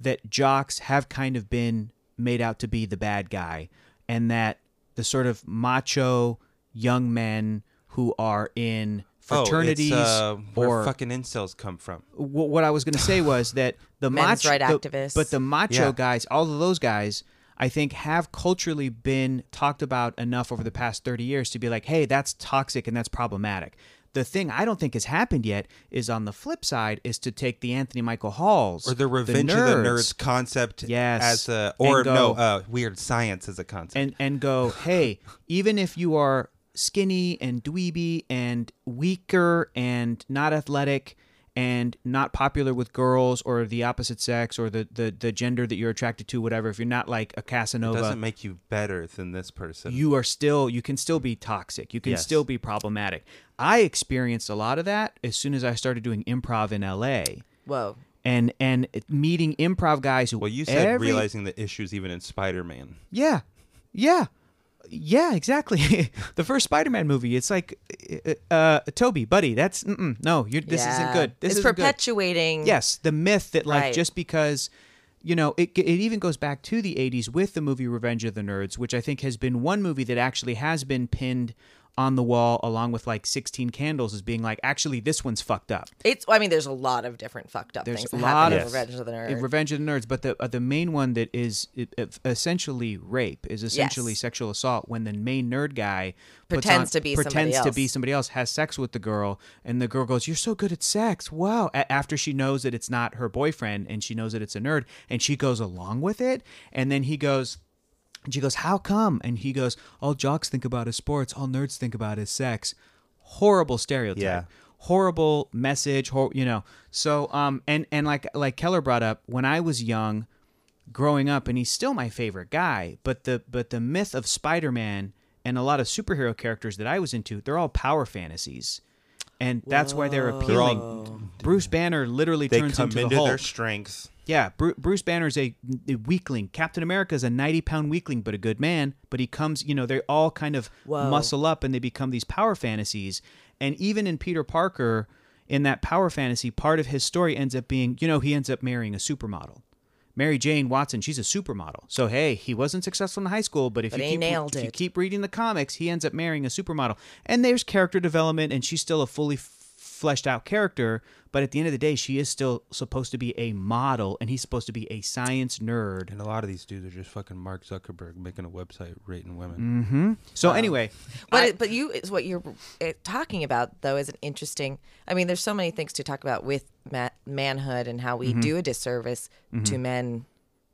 that jocks have kind of been made out to be the bad guy and that the sort of macho young men who are in Oh, it's, fraternities uh, where or fucking incels come from. wh- what I was going to say was that the Men's macho, right the- activists. but the macho Yeah. guys, all of those guys, I think have culturally been talked about enough over the past thirty years to be like, hey, that's toxic and that's problematic. The thing I don't think has happened yet is on the flip side is to take the Anthony Michael Halls Or the revenge of the nerds concept Yes. as a or And go- no uh, weird science as a concept. and and go, hey, even if you are skinny and dweeby and weaker and not athletic and not popular with girls or the opposite sex or the, the, the gender that you're attracted to, whatever, if you're not like a Casanova, doesn't make you better than this person. you are still you can still be toxic you can Yes. still be problematic i experienced a lot of that as soon as i started doing improv in la Whoa. and and meeting improv guys who well, you said every- realizing the issues even in Spider-Man. yeah yeah yeah exactly the first spider-man movie it's like uh, uh toby buddy that's mm-mm, no you're this isn't Yeah. good this it's is perpetuating. Yes, the myth that like Right. just because you know it, it even goes back to the 80s with the movie Revenge of the Nerds, which I think has been one movie that actually has been pinned on the wall along with like 16 candles as being like actually this one's fucked up. It's. I mean, there's a lot of different fucked up There's things. a that lot happen in of- Revenge of the Nerds. In Revenge of the Nerds, but the uh, the main one that is it, it- essentially rape is essentially Yes. sexual assault when the main nerd guy puts Pretends on- to be somebody pretends to be else. somebody else has sex with the girl and the girl goes you're so good at sex wow A- after she knows that it's not her boyfriend and she knows that it's a nerd and she goes along with it and then he goes and she goes how come and he goes all jocks think about is sports all nerds think about is sex horrible stereotype Yeah. horrible message hor- you know so um and and like like keller brought up when i was young growing up and he's still my favorite guy but the but the myth of spider-man and a lot of superhero characters that i was into they're all power fantasies and that's why they're appealing They're all- bruce banner literally They turns come into into, the hulk their strengths. yeah, Bru- Bruce Banner's a, a weakling. Captain America is a 90 pound weakling, but a good man. But he comes, you know, they all kind of Whoa. muscle up and they become these power fantasies. And even in Peter Parker, in that power fantasy, part of his story ends up being, you know, he ends up marrying a supermodel. Mary Jane Watson, she's a supermodel. So hey, he wasn't successful in high school, but if But you he keep nailed if you it. keep reading the comics, he ends up marrying a supermodel. And there's character development, and she's still a fully f- fleshed out character. But at the end of the day, she is still supposed to be a model, and he's supposed to be a science nerd. And a lot of these dudes are just fucking Mark Zuckerberg making a website rating Mm. women. So anyway, But I- it, but you is what you're uh, talking about though is an interesting. I mean, there's so many things to talk about with ma- manhood and how we Mm-hmm. do a disservice to men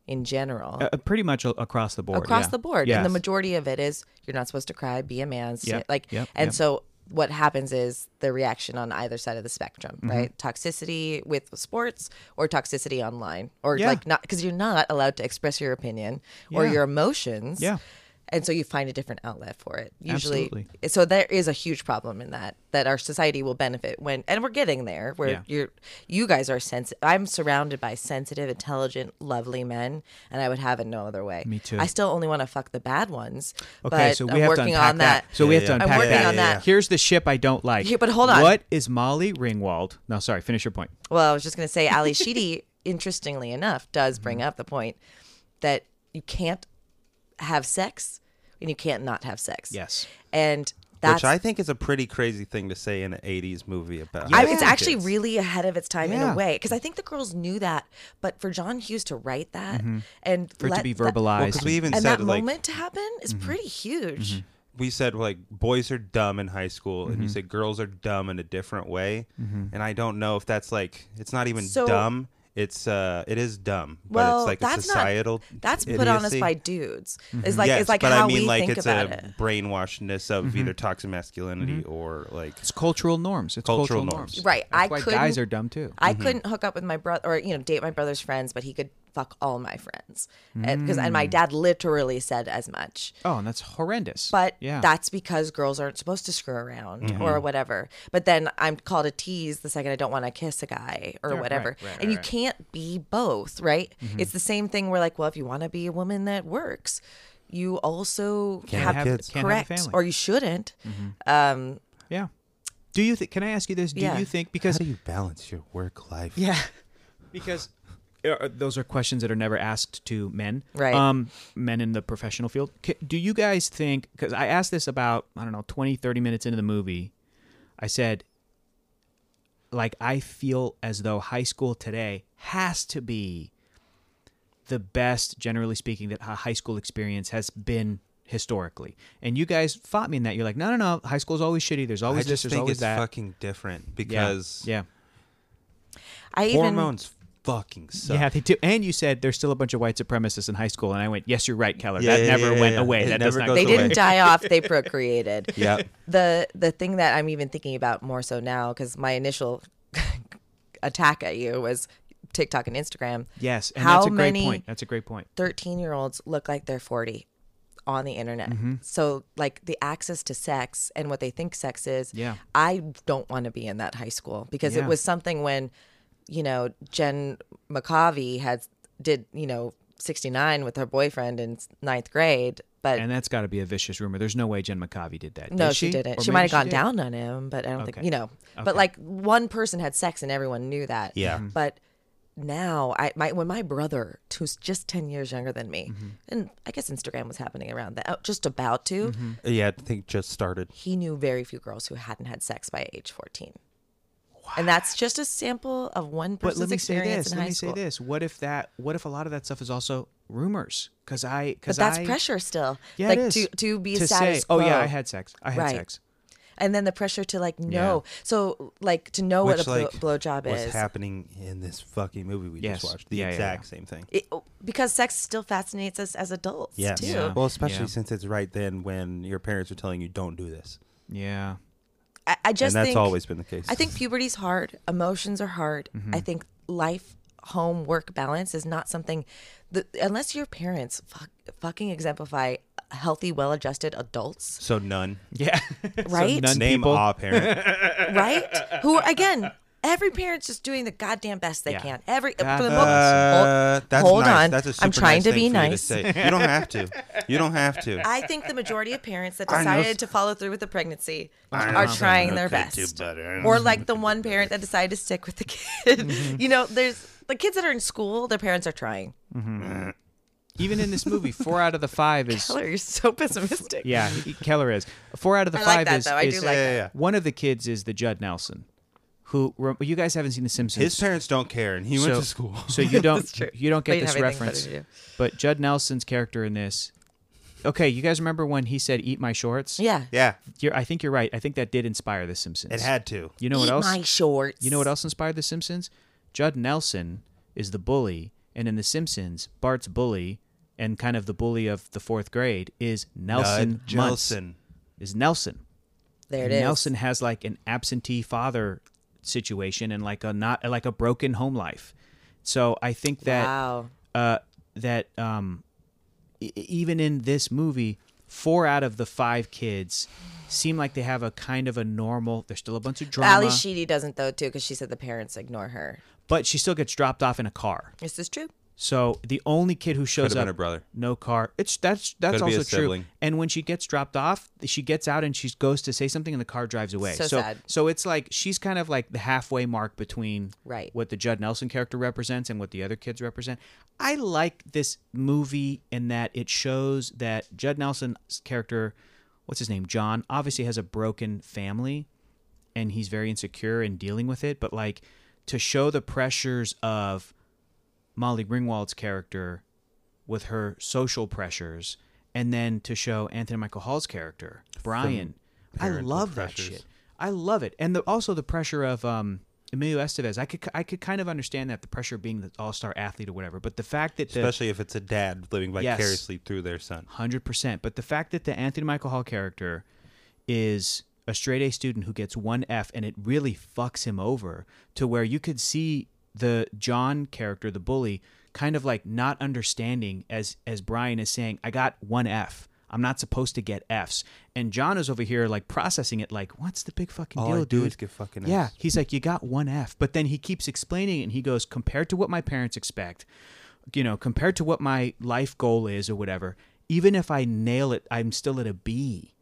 in general uh, pretty much a- across the board. across yeah. the board. Yes. And the majority of it is you're not supposed to cry, be a man, sit- Yep, like yep, and yep. so what happens is the reaction on either side of the spectrum, Mm-hmm. right? Toxicity with sports or toxicity online or Yeah. like not cuz you're not allowed to express your opinion or Yeah. your emotions. Yeah. And so you find a different outlet for it. Usually Absolutely. so there is a huge problem in that that our society will benefit when and we're getting there where Yeah. you're you guys are sensitive. I'm surrounded by sensitive, intelligent, lovely men and I would have it no other way. Me too. I still only want to fuck the bad ones. Okay, but so we I'm have to working unpack on that. So we Yeah, have to yeah. I'm unpack working that. on that. Here's the ship I don't like. Yeah, but hold on. What is Molly Ringwald? No, sorry. Finish your point. Well, I was just going to say, Ali Sheedy, interestingly enough, does Mm-hmm. bring up the point that you can't have sex and you can't not have sex. Yes. And that's Which I think is a pretty crazy thing to say in an 80s movie about. I, how it's it actually is. really ahead of its time in Yeah. a way because I think the girls knew that, but for John Hughes to write that Mm-hmm. and For it to let be that- Well, verbalized. because we even and said that like Mm-hmm. moment to happen is pretty huge. we said like boys are dumb in high school, and you Mm-hmm. said girls are dumb in a different way. And I don't know if that's like it's not even So- dumb. It's uh, it is dumb, but Well, it's like a that's not- societal. That's put on us idiocy. Mm-hmm. by dudes. It's like yes, it's like but how I mean, we like think it's about a it. brainwashedness Mm-hmm. of either toxic masculinity or like it's cultural norms. It's Cultural cultural, norms. norms. Right, That's I why couldn't- guys are dumb too. I Mm-hmm. couldn't hook up with my brother or you know date my brother's friends, but he could fuck all my friends and because and my Mm. dad literally said as much. Oh, and that's horrendous. But yeah, Mm-hmm. that's because girls aren't supposed to screw around or whatever. But then I'm called a tease the second I don't want to kiss a guy or Right, whatever. right, right, and you right. Mm-hmm. can't be both, right? It's the same thing where like, well, if you want to be a woman that works, you also Can't have, have kids. correct Can't have a family. Mm-hmm. or you shouldn't. Um, yeah. Do you think? Can I ask you this? Do Yeah. you think how because do you balance your work life? yeah, because uh, those are questions that are never asked to men, Right. Um, men in the professional field. C- Do you guys think? Because I asked this about I don't know 20, 30 minutes into the movie, I said, like I feel as though high school today has to be the best, generally speaking, that a high school experience has been historically. And you guys fought me in that. You're like, no, no, no, high school's always shitty. There's I always just this. There's think always it's that. fucking different Yeah. because yeah. I even hormones fucking suck. Yeah, they do. And you said there's still a bunch of white supremacists in high school, and I went, "Yes, you're right, Keller. Yeah, that yeah, never yeah, went yeah. away. It that does never not goes go They away. didn't die off; they procreated. Yep. the the thing that I'm even thinking about more so now because my initial attack at you was TikTok and Instagram. Yes, and How that's a great many point. That's a great point. 13 year olds look like they're 40 on the internet. Mm-hmm. So like the access to sex and what they think sex is. Yeah. I don't want to be in that high school because Yeah. it was something when, you know, Jen McCovey had did, you know, 69 with her boyfriend in ninth grade, but And that's got to be a vicious rumor. There's no way Jen McCovey did that. no, did she, she? didn't. Or She maybe might have gone did? down on him, but I don't Okay. think you know. Okay. But like one person had sex and everyone knew that. Yeah. But now I my when my brother, who's just ten years younger than me, Mm-hmm. and I guess Instagram was happening around that, oh, just about to, Mm-hmm. Yeah, I think just started. he knew very few girls who hadn't had sex by age fourteen. And that's just a sample of one But person's let me say experience this. in Let high me school. say this. What if that? What if a lot of that stuff is also rumors? Because I, But because that's I, pressure still. Yeah, like it is. to to be to status say, oh yeah, quo. I had sex. I had Right. sex. and then the pressure to like know. So like to know Which, what a like, blow, blowjob What's is. happening in this fucking movie we Yes. just watched? The Yeah, yeah, exact yeah. same thing. it, oh, because sex still fascinates us as adults Yes. too. Yeah. Well, especially Yeah. since it's right then when your parents are telling you don't do this, Yeah. I, I just and that's think, always Mm-hmm. been the case. I think puberty's hard. Emotions are hard. I think life, home, work balance is not something that unless your parents fuck, fucking exemplify healthy, well-adjusted adults, so. None. Yeah. So Right? none Name people- a parent. right? Who again? Every parent's just doing the goddamn best they Yeah. can. Every God for the bless most- Uh, hold, that's hold nice. on. That's a super I'm trying nice to thing be for you nice. say. You don't have to. You don't have to. I think the majority of parents that I know s- decided to follow through with the pregnancy I know are someone trying who their could do best. better. Mm-hmm. Or like the one parent that decided to stick with the kid. you know, there's the kids that are in school, their parents are trying. Even in this movie, four out of the five is. Keller, you're so pessimistic. Yeah, he- Keller is four out of the I like five that, is. though. I is- do like Yeah, yeah, that. yeah. One of the kids is the Judd Nelson, who re- you guys haven't seen The Simpsons. His parents don't care, and he went to school. So you don't true. you don't They get didn't this have anything reference. better to do. But Judd Nelson's character in this. Okay, you guys remember when he said "Eat my shorts"? Yeah. Yeah, You're, I think you're right. I think that did inspire The Simpsons. it had to. You know what Eat else? my shorts. You know what else inspired The Simpsons? Judd Nelson is the bully, and in The Simpsons, Bart's bully and kind of the bully of the fourth grade is Uh, Nelson. Nud Muntz. Jelson. is Nelson. There it And is. Nelson has like an absentee father situation and like a not like a broken home life. So I think that Wow. uh, that um, e- e- even in this movie, four out of the five kids seem like they have a kind of a normal. There's still a bunch of drama, Ali Sheedy doesn't though too because she said the parents ignore her. but she still gets dropped off in a car. This is true. So the only kid who shows Could have up, been a brother. no car. It's that's that's Could be a also true. sibling. And when she gets dropped off, she gets out and she goes to say something, and the car drives away. So so, sad. so it's like she's kind of like the halfway mark between Right. what the Judd Nelson character represents and what the other kids represent. I like this movie in that it shows that Judd Nelson's character, what's his name, John, obviously has a broken family and he's very insecure in dealing with it, but like to show the pressures of Molly Ringwald's character with her social pressures and then to show Anthony Michael Hall's character, Brian. I parental love that pressures. shit. I love it. And the, also the pressure of um Emilio Estevez. I could I could kind of understand that the pressure of being the all-star athlete or whatever, but the fact that the Especially if it's a dad living Yes. vicariously through their son. Hundred percent. But the fact that the Anthony Michael Hall character is a straight A student who gets one F, and it really fucks him over to where you could see the John character, the bully, kind of like not understanding as as Brian is saying, "I got one F. I'm not supposed to get Fs." And John is over here like processing it, like, "What's the big fucking All deal, I do dude?" is get fucking Yeah, Fs. he's like, you got one F, but then he keeps explaining it, and he goes, compared to what my parents expect, you know, compared to what my life goal is or whatever, even if I nail it, I'm still at a B.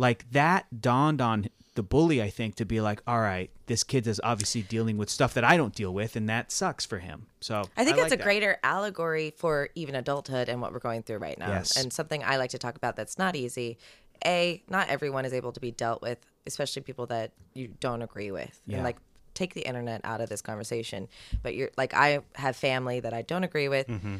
Like that dawned on the bully, I think, to be like, all right, this kid is obviously dealing with stuff that I don't deal with, and that sucks for him. So I think like that's a that. greater allegory for even adulthood and what we're going through right now. Yes. And something I like to talk about that's not easy. A, not everyone is able to be dealt with, especially people that you don't agree with. Yeah. And like take the internet out of this conversation. But you're like I have family that I don't agree with Mm-hmm.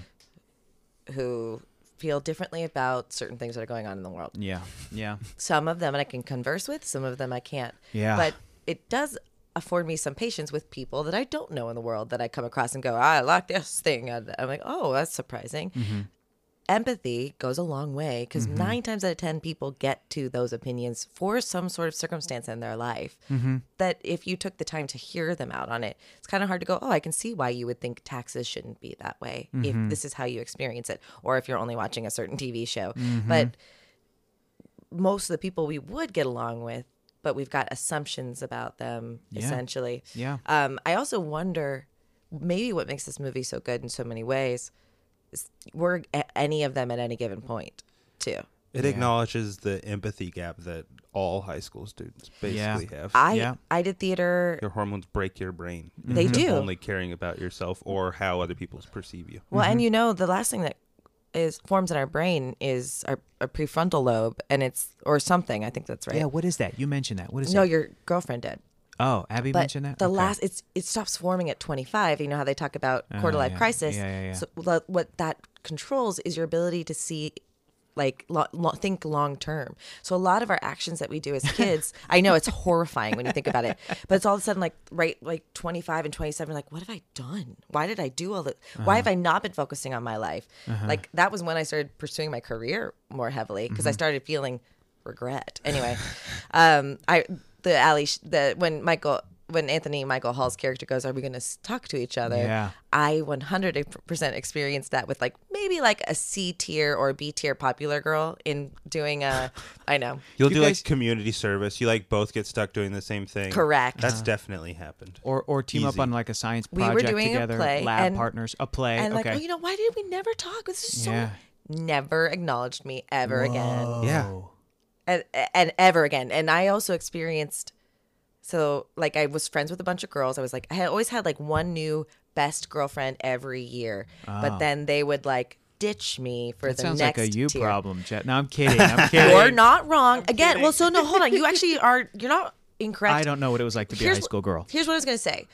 who feel differently about certain things that are going on in the world Yeah, yeah, some of them I can converse with, some of them I can't. Yeah. But it does afford me some patience with people that I don't know in the world that I come across and go, "Ah, I like this thing. And I'm like, oh, that's surprising. Empathy goes a long way because nine times out of 10 people get to those opinions for some sort of circumstance in their life. That if you took the time to hear them out on it, it's kind of hard to go, oh, I can see why you would think taxes shouldn't be that way if this is how you experience it, or if you're only watching a certain TV show. But most of the people we would get along with, but we've got assumptions about them essentially. Yeah. Um, I also wonder maybe what makes this movie so good in so many ways is were a- any of them at any given point too. It acknowledges the empathy gap that all high school students basically have. I Yeah. Mm-hmm. I did theater. your hormones break your brain. They instead of do. Only caring about yourself or how other people perceive you. Well, Mm-hmm. and you know the last thing that is forms in our brain is our, our prefrontal lobe, and it's or something. I think that's right. Yeah, what is that? You mentioned that. What is No, that? your girlfriend did. Oh, Abby But mentioned that. the Okay. last, it's it stops forming at 25. You know how they talk about quarter life Oh, yeah. crisis. Yeah, yeah, yeah. So lo- what that controls is your ability to see, like lo- lo- think long term. So a lot of our actions that we do as kids, I know it's horrifying when you think about it, but it's all of a sudden like right like 25 and 27, like what have I done? Why did I do all this? Why have I not been focusing on my life? Like that was when I started pursuing my career more heavily because I started feeling regret. Anyway, um, I the alley sh- the when Michael when Anthony Michael Hall's character goes, "Are we going to talk to each other?" Yeah. I 100% experienced that with like maybe like a C tier or B tier popular girl in doing a I know You'll You do guys- like community service. You like both get stuck doing the same thing. Correct. Uh-huh. That's definitely happened. or or team up Easy. on like a science We were project doing a together, play lab and- partners, a play. and Eh, okay. like oh you know why did we never talk? This is so Yeah. never acknowledged me ever again. Yeah. Oh. and, and ever again. And I also experienced so like I was friends with a bunch of girls. I was like I had always had like one new best girlfriend every year, but then they would like ditch me for Ah. That the sounds next like a you tier. problem, Jet. No, I'm kidding. I'm kidding. You're not wrong again. Well, so no, hold on. You actually are. You're not incorrect. I don't know what it was like to be a high wh- school girl. Here's what I was gonna say.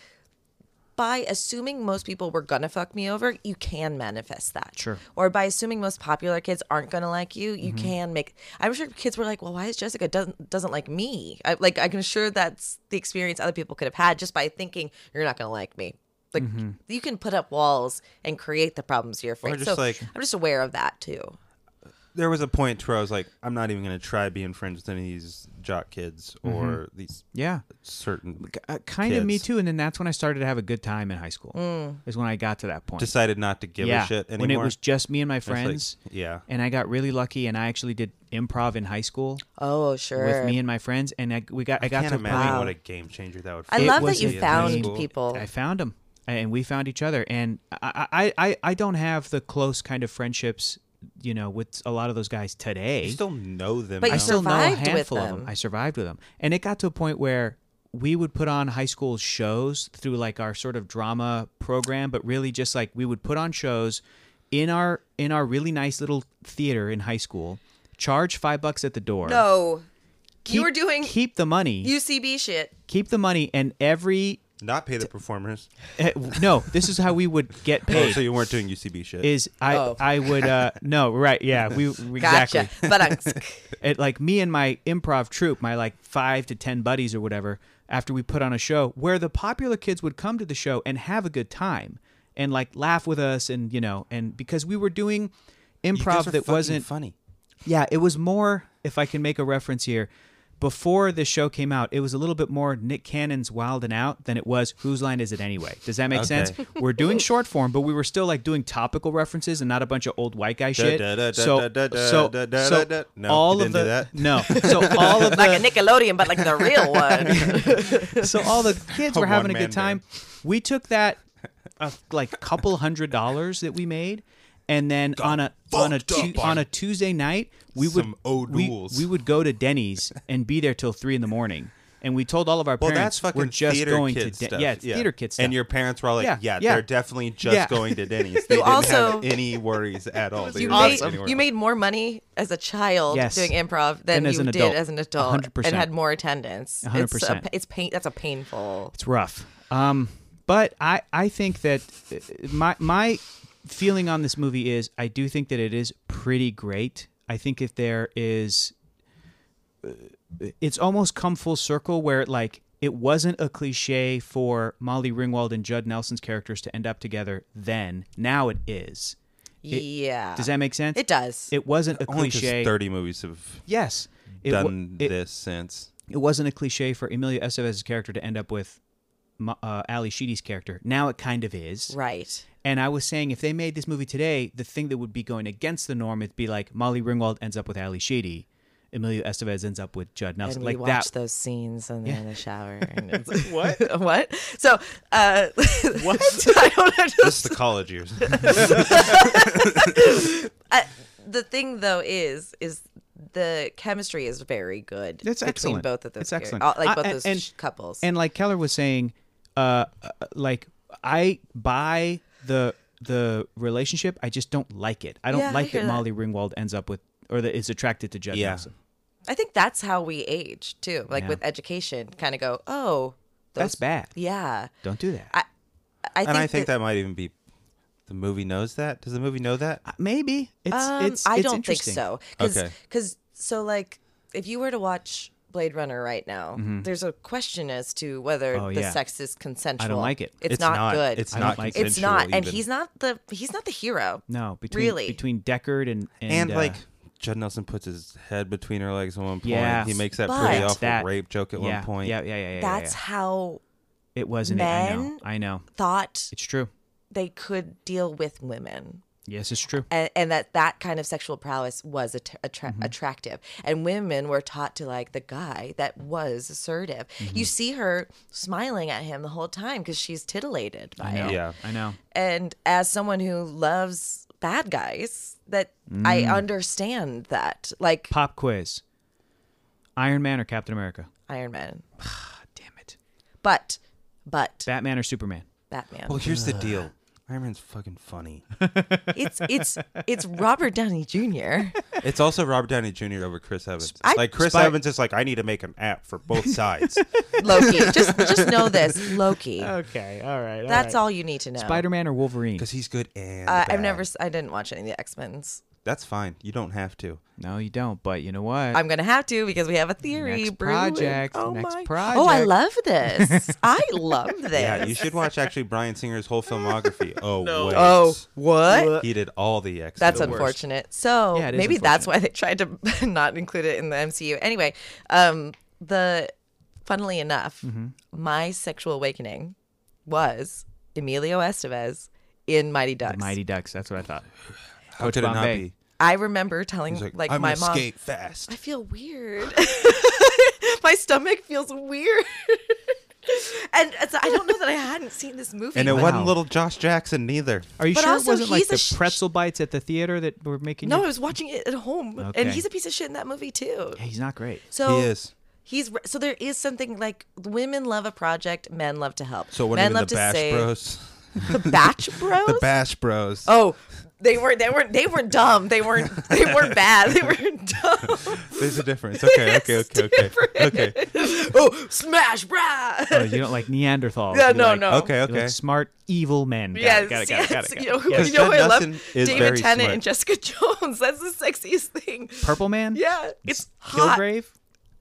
By assuming most people were gonna fuck me over, you can manifest that. Sure. Mm-hmm. Or by assuming most popular kids aren't gonna like you, you can make. I'm sure kids were like, "Well, why is Jessica doesn't doesn't like me?" I, like I can assure that's the experience other people could have had just by thinking you're not gonna like me. Like Mm-hmm. you can put up walls and create the problems you're afraid. just so like- I'm just aware of that too. There was a point where I was like, I'm not even going to try being friends with any of these jock kids or Mm-hmm. these Yeah. certain. Uh, kind of me Kids. too. And then that's when I started to have a good time in high school. Mm. Is when I got to that point. Decided not to give yeah. a shit anymore. when it was just me and my It's like, friends. yeah. And I got really lucky, and I actually did improv in high school Oh sure. with me and my friends, and I, we got I, got Can't to a imagine point. what a game changer that would. I feel love like was that you in high found school. people. I found him, and we found each other. And I, I, I, I don't have the close kind of friendships, you know, with a lot of those guys today. You still know them. But though. I you still know a survived with handful of them. them. I survived with them, and it got to a point where we would put on high school shows through like our sort of drama program, but really just like we would put on shows in our in our really nice little theater in high school, charge five bucks at the door. no, keep, you were doing keep the money, UCB shit. keep the money, and every not pay the performers. Eh, no, this is how we would get Oh, paid. so you weren't doing UCB shit. is I Oh. I would uh no right yeah we we- Gotcha. exactly But uh, I'm, it, like me and my improv troupe my like five to ten buddies or whatever after we put on a show where the popular kids would come to the show and have a good time and like laugh with us and you know and because we were doing You guys improv are that fucking wasn't funny. yeah, it was more, if I can make a reference here, before the show came out, it was a little bit more Nick Cannon's Wild and Out than it was Whose Line Is It Anyway? Does that make sense? We're doing short form, but we were still like doing topical references and not a bunch of old white guy shit. da, da, da, So, da, da, so, da, da, da, da. so No, all you of didn't do the that. no, so all of like a the Nickelodeon, but like the real one. so all the kids were A having a one-man good time. We took that uh, like couple hundred dollars that we made. And then on a on a fucked up Tu- on on a Tuesday night, we would some we, O'Douls. we would go to Denny's and be there till three in the morning. And we told all of our Well, parents that's fucking we're just theater going kid to Den-" stuff. yeah, it's theater kids stuff. And your parents were all like, Yeah, yeah, yeah. they're definitely just Yeah. going to Denny's. They didn't also- have any worries at all. They You, were just made, anywhere you else. made more money as a child Yes. doing improv than Than as you an did adult. as an adult, 100%. and had more attendance. It's a- 100%. It's, pain. That's a painful. it's rough. Um, but I, I think that uh, my my feeling on this movie is I do think that it is pretty great. I think if there is, uh, it's almost come full circle where like it wasn't a cliche for Molly Ringwald and Judd Nelson's characters to end up together then. Now it is. yeah. Does that make sense? It does. It wasn't a Only 'cause cliche. Thirty movies have yes. It, wa- done it, this since. it wasn't a cliche for Emilio Estevez's character to end up with Ma- uh, Ali Sheedy's character. Now it kind of is. right. And I was saying, if they made this movie today, the thing that would be going against the norm, it'd be like Molly Ringwald ends up with Ali Sheedy, Emilio Estevez ends up with Judd Nelson. And we like watch that. those scenes and they're in the shower. And it's like, what? what? So, uh, what? I don't know. This is the college years. I- the thing though is is the chemistry is very good That's between excellent. both of those It's char- excellent. all- I- like both and- those and- sh- couples And like Keller was saying, uh, uh, like I buy the the relationship. I just don't like it. I don't Yeah, I like that, hear that. Molly Ringwald ends up with or that is attracted to Judd Yeah. Nelson. i think that's how we age too like Yeah. with education kind of go oh That's those, bad. yeah Don't do that. I- i think, and I think that, that might even be the movie knows that. Does the movie know that? Maybe it's um, it's. i it's don't think interesting. so because Okay. so like if you were to watch blade runner right now there's a question as to whether Mm-hmm. Oh, the yeah. sex is consensual like it. it's, not, good It's I not. don't like it. it's not and consensual even. he's not the he's not the hero No, between Really? between Deckard and and, and, uh, like Judd Nelson puts his head between her legs at one point. Yes. he makes that But- pretty awful That- rape joke at yeah, one point. Yeah, yeah, yeah, yeah. yeah, that's yeah. how it wasn't. it. I know. men- I know. thought It's true. they could deal with women Yes, it's true. and, and that that kind of sexual prowess was att- attra- Mm-hmm. attractive and women were taught to like the guy that was assertive Mm-hmm. you see her smiling at him the whole time because she's titillated by I know. it Yeah. I know. and as someone who loves bad guys that i Mm. understand that like Pop quiz: Iron Man or Captain America? iron man Damn it! but but Batman or Superman? batman Well, here's the deal. Iron Man's fucking funny. it's it's it's robert downey jr It's also Robert Downey Jr. over Chris Evans. I- like Chris Spy- Evans is like, I need to make an app for both sides. loki just just know this loki Okay, all right. that's all you need to know Spider Man or Wolverine? because he's good and Uh, I've bad. never. s- I didn't watch any of the X Men's. That's fine. You don't have to. No, you don't. But you know what? I'm gonna have to because we have a theory. Next brewing. project, Oh next my- project. Oh, I love this. I love this. Yeah, you should watch actually Brian Singer's whole filmography. Oh wait. Oh, what? He did all the X. That's the worst. unfortunate. So Yeah, it is maybe that's why they tried to not include it in the MCU. Anyway, um, the funnily enough, Mm-hmm. my sexual awakening was Emilio Estevez in Mighty Ducks. Mighty Ducks. That's what I thought. How could it not Bombay. be? I remember telling He's like, like, I'm my gonna mom. skate fast. I feel weird. My stomach feels weird. and it's, I don't know that I hadn't seen this movie. And it but- wasn't little Josh Jackson neither. Are you But sure it also, wasn't like he's a the sh- pretzel bites at the theater that were making? no, I you... was watching it at home, Okay. and he's a piece of shit in that movie too. Yeah, he's not great. So he is. he's re- so there is something like women love a project, men love to help. So what men even love the Bash save. Bros? The Batch Bros. The Bash Bros. oh, they weren't. They weren't. They weren't dumb. They weren't. They weren't bad. They were dumb. There's a difference. Okay, okay, It's okay, okay. Okay. oh, smash, brah. Oh, you don't like Neanderthals. Yeah, You no, like- no. Okay, you like okay. smart evil men. Got yes, it, got it, got yes. it, got it, got it. You know, who- Yes. you know who I Judd love? Nelson is David very Tennant smart. and Jessica Jones. That's the sexiest thing. Purple Man. Yeah, it's hot. Kilgrave.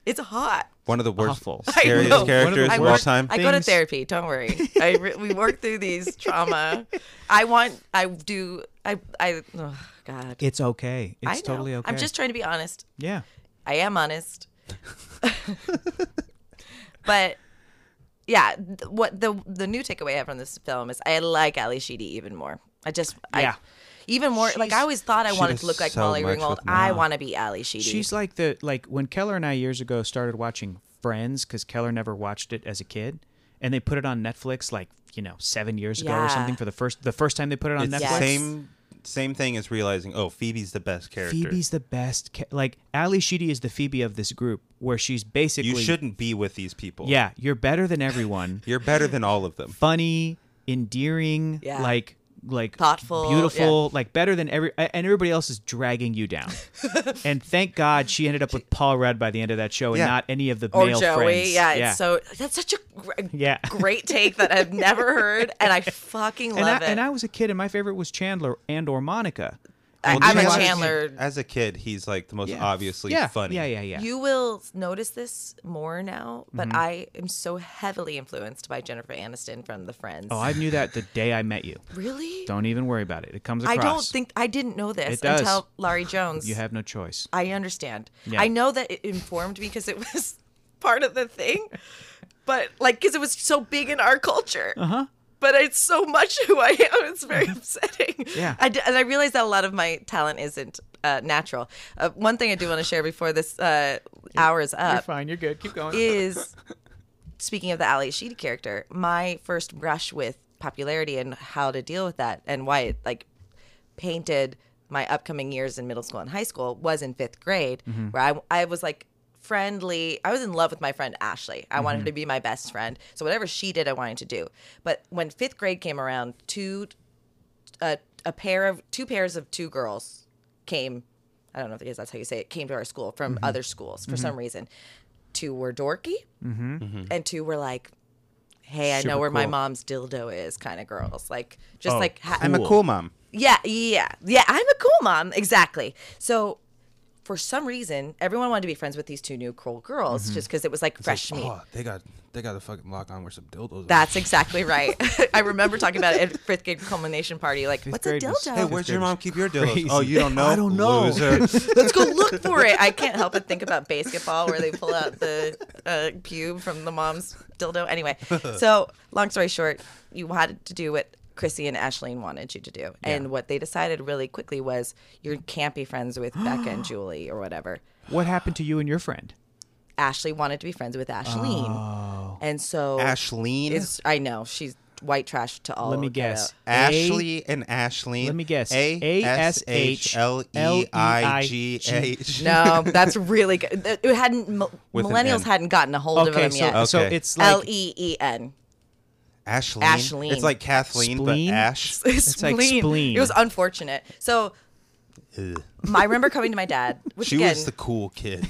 It's hot. One of the worst, Awful. I I know. scariest characters I of work- all work- time. I go to Things- therapy. Don't worry. I re- we work through these trauma. I want. I do. I. I. Oh God. It's okay. I It's know. totally okay. I'm just trying to be honest. yeah. I am honest. but yeah, th- what the the new takeaway I have from this film is I like Ali Sheedy even more. I just Yeah. I, even more like I always thought I she wanted does to look like so Molly much Ringwald. with I want to be Ali Sheedy. She's like the like when Keller and I years ago started watching Friends because Keller never watched it as a kid, and they put it on Netflix like you know seven years ago or Yeah. something for the first the first time they put it on It's the Netflix. Yes. same same thing as realizing, oh, Phoebe's the best character. Phoebe's the best. ca- Like Ali Sheedy is the Phoebe of this group, where she's basically you shouldn't be with these people. Yeah, you're better than everyone. You're better than all of them. funny, endearing, Yeah. like like Thoughtful, beautiful, like better than every and everybody else is dragging you down. and thank God she ended up with Paul Rudd by the end of that show, and Yeah. not any of the or male Joey. friends. Yeah, it's so that's such a gr- Yeah. great take that I've never heard, and I fucking and I, love it. and I was a kid, and my favorite was Chandler and or Monica. I, Well, I'm a Chandler's- Chandler. As a kid, he's like the most Yeah. obviously yeah. funny. Yeah, yeah, yeah. Mm-hmm. You will notice this more now, but I am so heavily influenced by Jennifer Aniston from The Friends. oh, I knew that the day I met you. really? Don't even worry about it. It comes I across. don't think I didn't know this It does. until Laurie Jones. you have no choice. I understand. Yeah. I know that it informed me because it was part of the thing, but like because it was so big in our culture. Uh Uh-huh. huh. But it's so much who I am. It's very upsetting. Yeah. I d- and I realize that a lot of my talent isn't uh, natural. Uh, one thing I do want to share before this uh, hour is up fine. You're good. Keep going. is speaking of the Ali Sheedy character, my first brush with popularity and how to deal with that and why it like painted my upcoming years in middle school and high school was in fifth grade, where I, I was like friendly. I was in love with my friend Ashley. I wanted her to be my best friend. So whatever she did, I wanted to do. But when fifth grade came around, two a, a pair of two pairs of two girls came i don't know if it is that's how you say it came to our school from Mm-hmm. other schools for some reason two were dorky and two were like hey i know Mm-hmm. Super where my cool. mom's dildo is kind of girls like just Oh, like ha- I'm a cool mom. yeah, yeah, yeah. I'm a cool mom, exactly. So, for some reason, everyone wanted to be friends with these two new cool girls Mm-hmm. just because it was like fresh meat. Oh, they got they got a fucking lock on with some dildos. That's exactly right. I remember talking about it at fifth grade culmination party. Like, what's a grade was- dildo? Hey, where's your Goodness mom keep your dildos? crazy. Oh, you don't know? I don't know. Loser. Let's go look for it. I can't help but think about basketball where they pull out the uh, pube from the mom's dildo. Anyway, so long story short, you had to do what Chrissy and Ashleen wanted you to do. And what they decided really quickly was you can't be friends with Becca and Julie or whatever. What happened to you and your friend? Ashley wanted to be friends with Ashleen. Oh. And so Ashleen. is I know she's white trash to all. Let me get guess. out. Ashley and Ashleen. Let me guess. A S H L E I G H. No, that's really good. It hadn't With an millennials N. hadn't gotten a hold of Okay, them so, yet. so Okay. it's like L E E N. Ashleen. Ashleen. It's like Kathleen, Spleen? but Ash. It's like spleen. It was unfortunate. So Ugh. my- I remember coming to my dad, which She again, was the cool kid.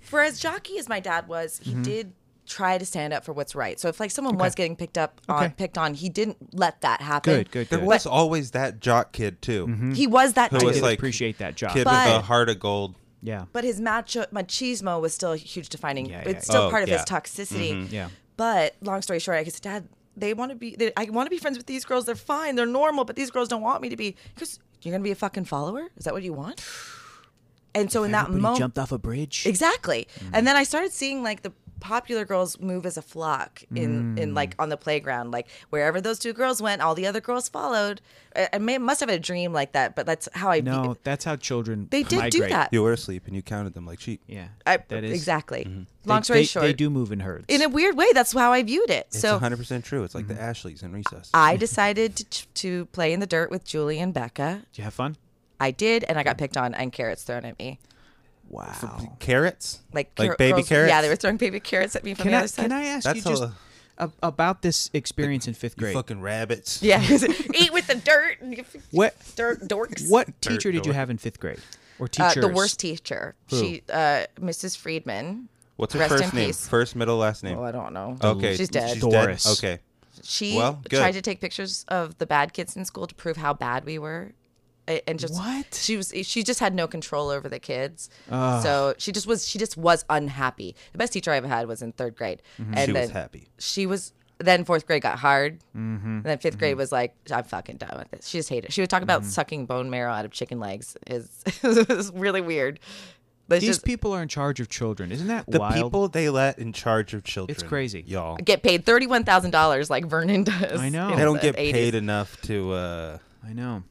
for as jockey as my dad was, Mm-hmm. he did try to stand up for what's right. So if like someone was getting picked up on Okay. picked on, he didn't let that happen. Good, good, There good. was always that jock kid too, He was that Mm-hmm. who dude. was did like appreciate that job. kid with a But- heart of gold. yeah. but his macho machismo was still a huge defining. Yeah, yeah, it's still yeah. Oh, part of yeah. Mm-hmm. his toxicity. Yeah. But long story short, I guess dad, they want to be. They, I want to be friends with these girls. They're fine. They're normal. But these girls don't want me to be. Because you're gonna be a fucking follower. Is that what you want? And so in that Everybody Mm. moment, jumped off a bridge. Exactly. And then I started seeing like the popular girls move as a flock in Mm. in like on the playground like wherever those two girls went all the other girls followed i, I may, must have had a dream like that but that's how i no, that's how children. they did do migrate. that You were asleep and you counted them like sheep. Yeah. I, that is Mm-hmm. exactly they- long story they, short They do move in herds. in a weird way that's how i viewed it It's so Oh. 100% true. It's like the Ashleys in recess. i decided to, to play in the dirt with julie and becca Did you have fun? i did and i got picked on and carrots thrown at me Wow. Carrots? like, like car- baby girls- carrots? yeah they were throwing baby carrots at me from Can the I, other side can I ask you That's just a- a, about this experience in fifth You grade? fucking rabbits. yeah eat with the dirt and you What dirt dorks what teacher did you door. have in fifth grade? Or Uh, teachers? the worst teacher. She, uh, Mrs. Friedman. What's her Rest first in name? peace. First, middle, last name. Oh, I don't know. okay. she's dead. She's Doris. dead? Okay. she well, good. tried to take pictures of the bad kids in school to prove how bad we were, A- and just What? she was. She just had no control over the kids. So she just was. She just was unhappy. The best teacher I ever had was in third grade, and Mm-hmm. She then was happy. she was. Then fourth grade got hard. Mm-hmm. And then fifth grade was like, I'm fucking done with this. She just hated it. She would talk Mm-hmm. about sucking bone marrow out of chicken legs. Is is really weird. But it's These just, people are in charge of children. Isn't that The wild? people they let in charge of children. crazy. Y'all. get paid thirty one thousand dollars like Vernon does. I know. in They don't the get 80s. paid enough to uh, I know.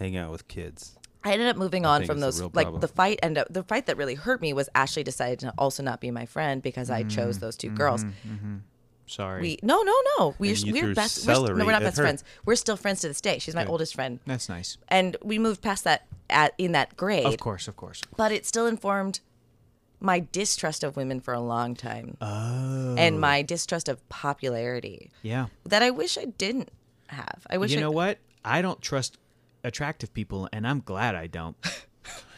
hang out with kids. I ended up moving on think from it's a those. real Like problem. the fight end up. The fight that really hurt me was Ashley decided to also not be my friend because I chose those 2 girls. Sorry. We no no no. We Mm-hmm. And you we're threw best. We're, no, celery we're not at best her. friends. We're still friends to this day. She's my oldest friend, That's nice. and we moved past that at in that grade. Of course, of course. but it still informed my distrust of women for a long time. Oh. And my distrust of popularity Yeah. that I wish I didn't have. I wish You I, know what? I don't trust attractive people, and I'm glad I don't.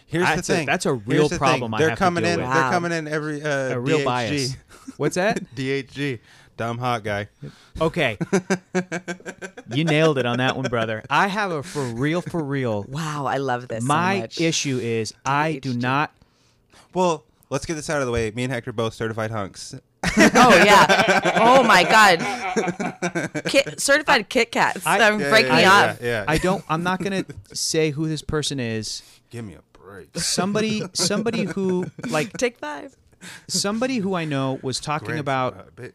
Here's the That's a- thing. that's a Here's real the thing. problem I They're have to coming deal in. with. Wow. They're coming in every uh, A real DHG. bias. What's that? DHG. Dumb hot guy. Okay. you nailed it on that one, brother. I have a for real, for real. Wow, I love this. so My much. issue is I do THG. not. Well, let's get this out of the way. Me and Hector both certified hunks. Oh yeah. Oh my god. Kit, certified Kit Kats. I- um, Yeah, break yeah, me yeah, up. Yeah, yeah. I don't. I'm not gonna say who this person is. Give me a break. Somebody, somebody who like Take five. somebody who I know was talking Grant, about uh, ba-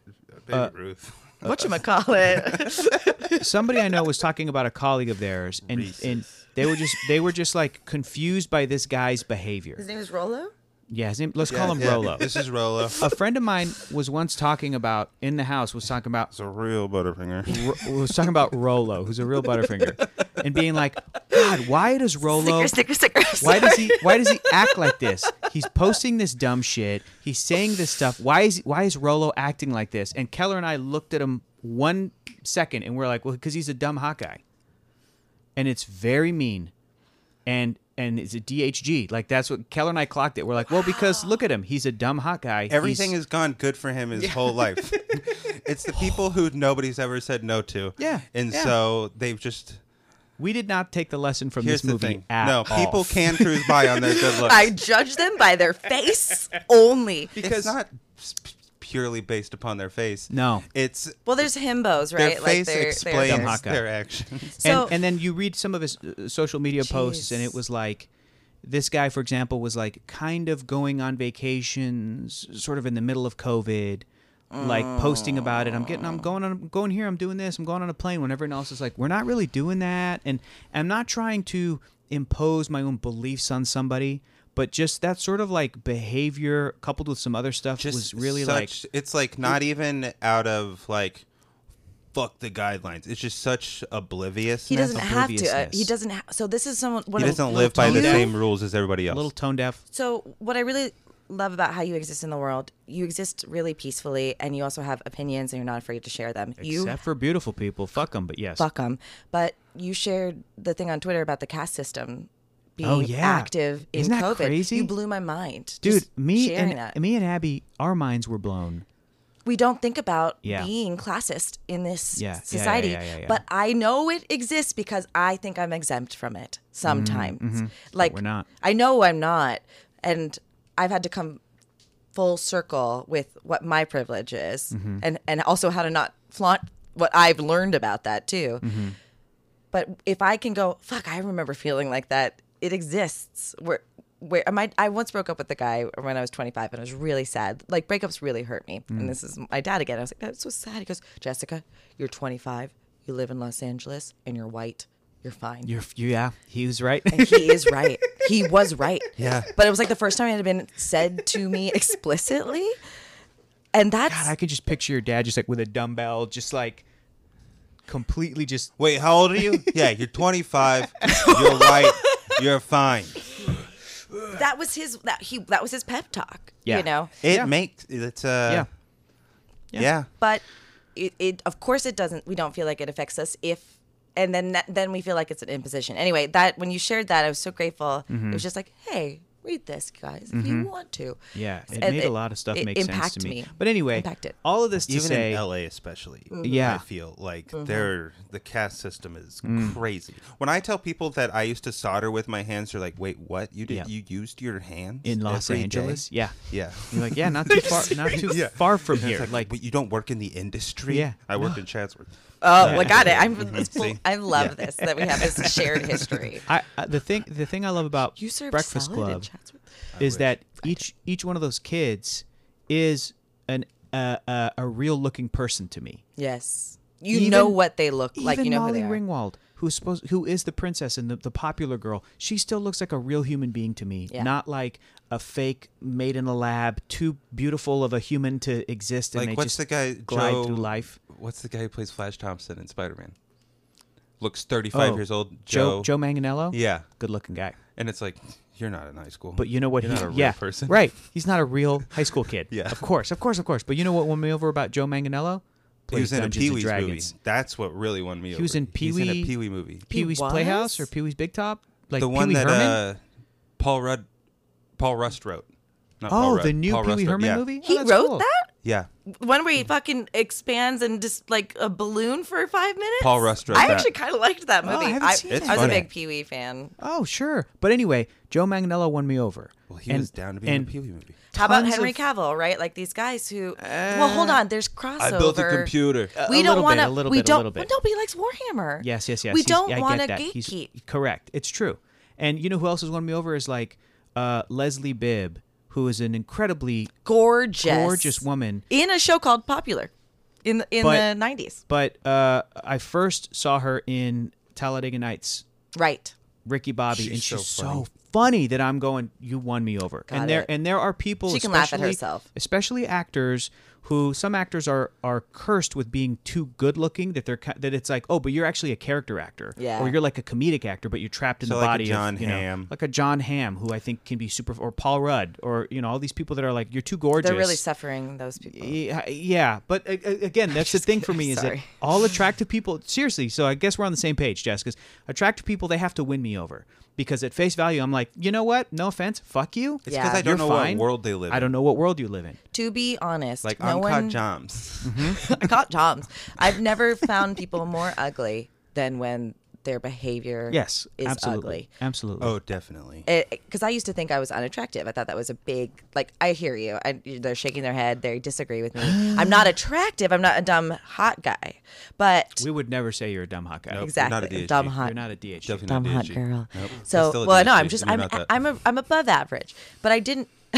uh, baby Ruth. What you call it? somebody I know was talking about a colleague of theirs, and Reese's. and they were just they were just like confused by this guy's behavior. His name is Rolo. Yeah, his name, let's Yeah, call him yeah. Rolo. This is Rolo. A friend of mine was once talking about in the house was talking about It's a real butterfinger. R- was talking about Rolo, who's a real butterfinger, and being like, God, why does Rolo? Sticker, sticker, sticker. Why does Sorry. he? Why does he act like this? He's posting this dumb shit. He's saying this stuff. Why is Why is Rolo acting like this? And Keller and I looked at him one second, and we're like, well, because he's a dumb Hawkeye, and it's very mean, and and it's a DHG. Like that's what Keller and I clocked it. We're like, well, because look at him. He's a dumb Hawkeye. Everything He's- has gone good for him his whole life. it's the people who nobody's ever said no to. Yeah, And yeah. so they've just. We did not take the lesson from Here's this the movie thing. at No, all. people can cruise by on their good looks. I judge them by their face only. it's not s- p- purely based upon their face. No. It's Well, there's himbos, their right? face they're- they're- Dumb explains Hawkeye. their actions. So, and, and then you read some of his uh, social media posts, and it Jeez. was like, this guy, for example, was like kind of going on vacations, sort of in the middle of COVID, like posting about it. I'm getting, I'm going on, I'm going here, I'm doing this, I'm going on a plane. When everyone else is like, we're not really doing that, and I'm not trying to impose my own beliefs on somebody. But just that sort of like behavior, coupled with some other stuff, was really like such- it's like not even out of like fuck the guidelines. It's just such oblivious. he doesn't have to. Uh, obliviousness. he doesn't. Ha- so this is someone. What He a doesn't little live by the tone-deaf- same rules as everybody a else. little tone deaf. So what I really love about how you exist in the world, you exist really peacefully, and you also have opinions, and you're not afraid to share them. you Except for beautiful people, fuck them. But yes, fuck them. But you shared the thing on Twitter about the caste system being Oh, yeah. active in Isn't that COVID. crazy? You blew my mind, dude. Just Me sharing and that. me and Abby, our minds were blown. we don't think about Yeah. being classist in this Yeah, yeah, yeah, society, yeah, yeah, yeah. but I know it exists because I think I'm exempt from it sometimes. Like Mm, mm-hmm. we're not. I know I'm not, and I've had to come full circle with what my privilege is, Mm-hmm. and and also how to not flaunt what I've learned about that too. Mm-hmm. But if I can go, fuck, I remember feeling like that. It exists. Where where am I? I once broke up with the guy when I was 25, and I was really sad. Like breakups really hurt me. And this is my dad again. I was like, that's so sad. He goes, Jessica, you're 25. You live in Los Angeles, and you're white. You're fine. You're, f- yeah, he was right. and he is right. He was right. Yeah. But it was like the first time it had been said to me explicitly. And that's I could just picture your dad just like with a dumbbell, just like completely just. Wait, how old are you? yeah, you're 25. You're white. You're fine. that was his that he that was his pep talk. Yeah. You know. It Yeah. makes it's uh Yeah. yeah. but it, it of course it doesn't we don't feel like it affects us if and then that, then we feel like it's an imposition anyway that when you shared that i was so grateful Mm-hmm. it was just like hey read this guys if you want to Yeah, it And made a lot of stuff it make sense impacted to me. But anyway, impacted all of this to Even say, in LA especially. Mm-hmm. Yeah. Mm-hmm. Mm. I feel like they're the caste system is crazy. When I tell people that I used to solder with my hands, they're like, "Wait, what? You did Yeah. you used your hands in Los every day?" Angeles, yeah, Yeah. you're like, yeah, not too far, not too Yeah. far from It's here. like, Like, but you don't work in the industry. Yeah. I worked in Chatsworth. oh well, got it i'm Mhm. it's cool. See? i love this that we have this shared history I, I the thing, the thing I love about you serve Breakfast salad in Club Chatsworth? is that each each one of those kids is an uh, uh, a real looking person to me. yes you Even- know what they look Even like you know Molly who they are Ringwald, who's supposed, who is the princess and the, the popular girl, she still looks like a real human being to me, Yeah. not like a fake made in a lab, too beautiful of a human to exist. And Like, they what's just the guy, glide Joe- through life? What's the guy who plays Flash Thompson in Spider Man? Looks 35 Oh, years old. Joe. Joe Joe Manganello, Yeah. good looking guy, And it's like, you're not in high school. but you know what? You're he's not a real yeah, person. right. He's not a real high school kid. Yeah. of course, of course, of course. But you know what won me over about Joe Manganello? he was in a Dungeons Pee and Wee's movie. Dragons. That's what really won me over. was in He's in a Pee-wee- Pee Wee movie. Pee Wee's was? Playhouse or Pee Wee's Big Top, like the one Pee Wee that Herman. uh, Paul Rudd, Paul Rust wrote. Not Paul oh, Rudd, the new Paul Pee Rust Wee wrote, Herman yeah. movie. Oh, he that's wrote cool. that Yeah. One where he fucking expands and just like a balloon for five minutes. Paul Rust wrote I that. actually kind of liked that Oh, I movie. haven't I, seen I it. was a Funny. big Pee Wee fan. Oh, sure. But anyway, Joe Manganiello won me over. Well, he was down to be in and a Pee Wee movie. How about tons Henry of- Eh, Cavill, right? Like these guys who. well, hold on. There's crossover. I built a computer. we a little don't bit, want a little We bit, a don't. little bit. Well, no, but he likes Warhammer. Yes, yes, yes. We He's- don't I get want to that. He's- gatekeep. correct. It's true. And you know who else has won me over is like uh, Leslie Bibb, who is an incredibly Gorgeous, gorgeous woman. in a show called Popular, in the, in But- the nineties. But uh, I first saw her in Talladega Nights, Right. Ricky Bobby, She's and so she's so funny. that I'm going. You won me over. and there it. and there are people. She can laugh at especially- herself. especially actors who some actors are are cursed with being too good looking that they're ki- that it's like oh but you're actually a character actor Yeah. or you're like a comedic actor but you're trapped in So the like a body John of you know, Hamm. like a John Hamm who I think can be super or Paul Rudd or you know all these people that are like you're too gorgeous They're really suffering those people. yeah, yeah, but a- a- again, that's the thing for me is Sorry. that all attractive people. Seriously, so I guess we're on the same page, Jess. Because attractive people, they have to win me over. Because at face value, I'm like, you know what? No offense, fuck you. It's Yeah. because I don't You're know fine. what world they live in. I don't know what world you live in. To be honest, Like, no I'm one. caught jams. I caught jobs. I've never found people more ugly than when their behavior Yes, is absolutely, ugly. absolutely. oh, definitely. Because I used to think I was unattractive. I thought that was a big like. I hear you. I, they're shaking their head. They disagree with me. I'm not attractive. I'm not a dumb hot guy. But we would never say you're a dumb hot guy. Nope. you're not a exactly, DHG. dumb You're hot. You're not a DH. Definitely dumb not hot DHG. girl. Nope. You're still So a well, no, DHG, I'm just and you're I'm not that. I'm a, I'm above average, but I didn't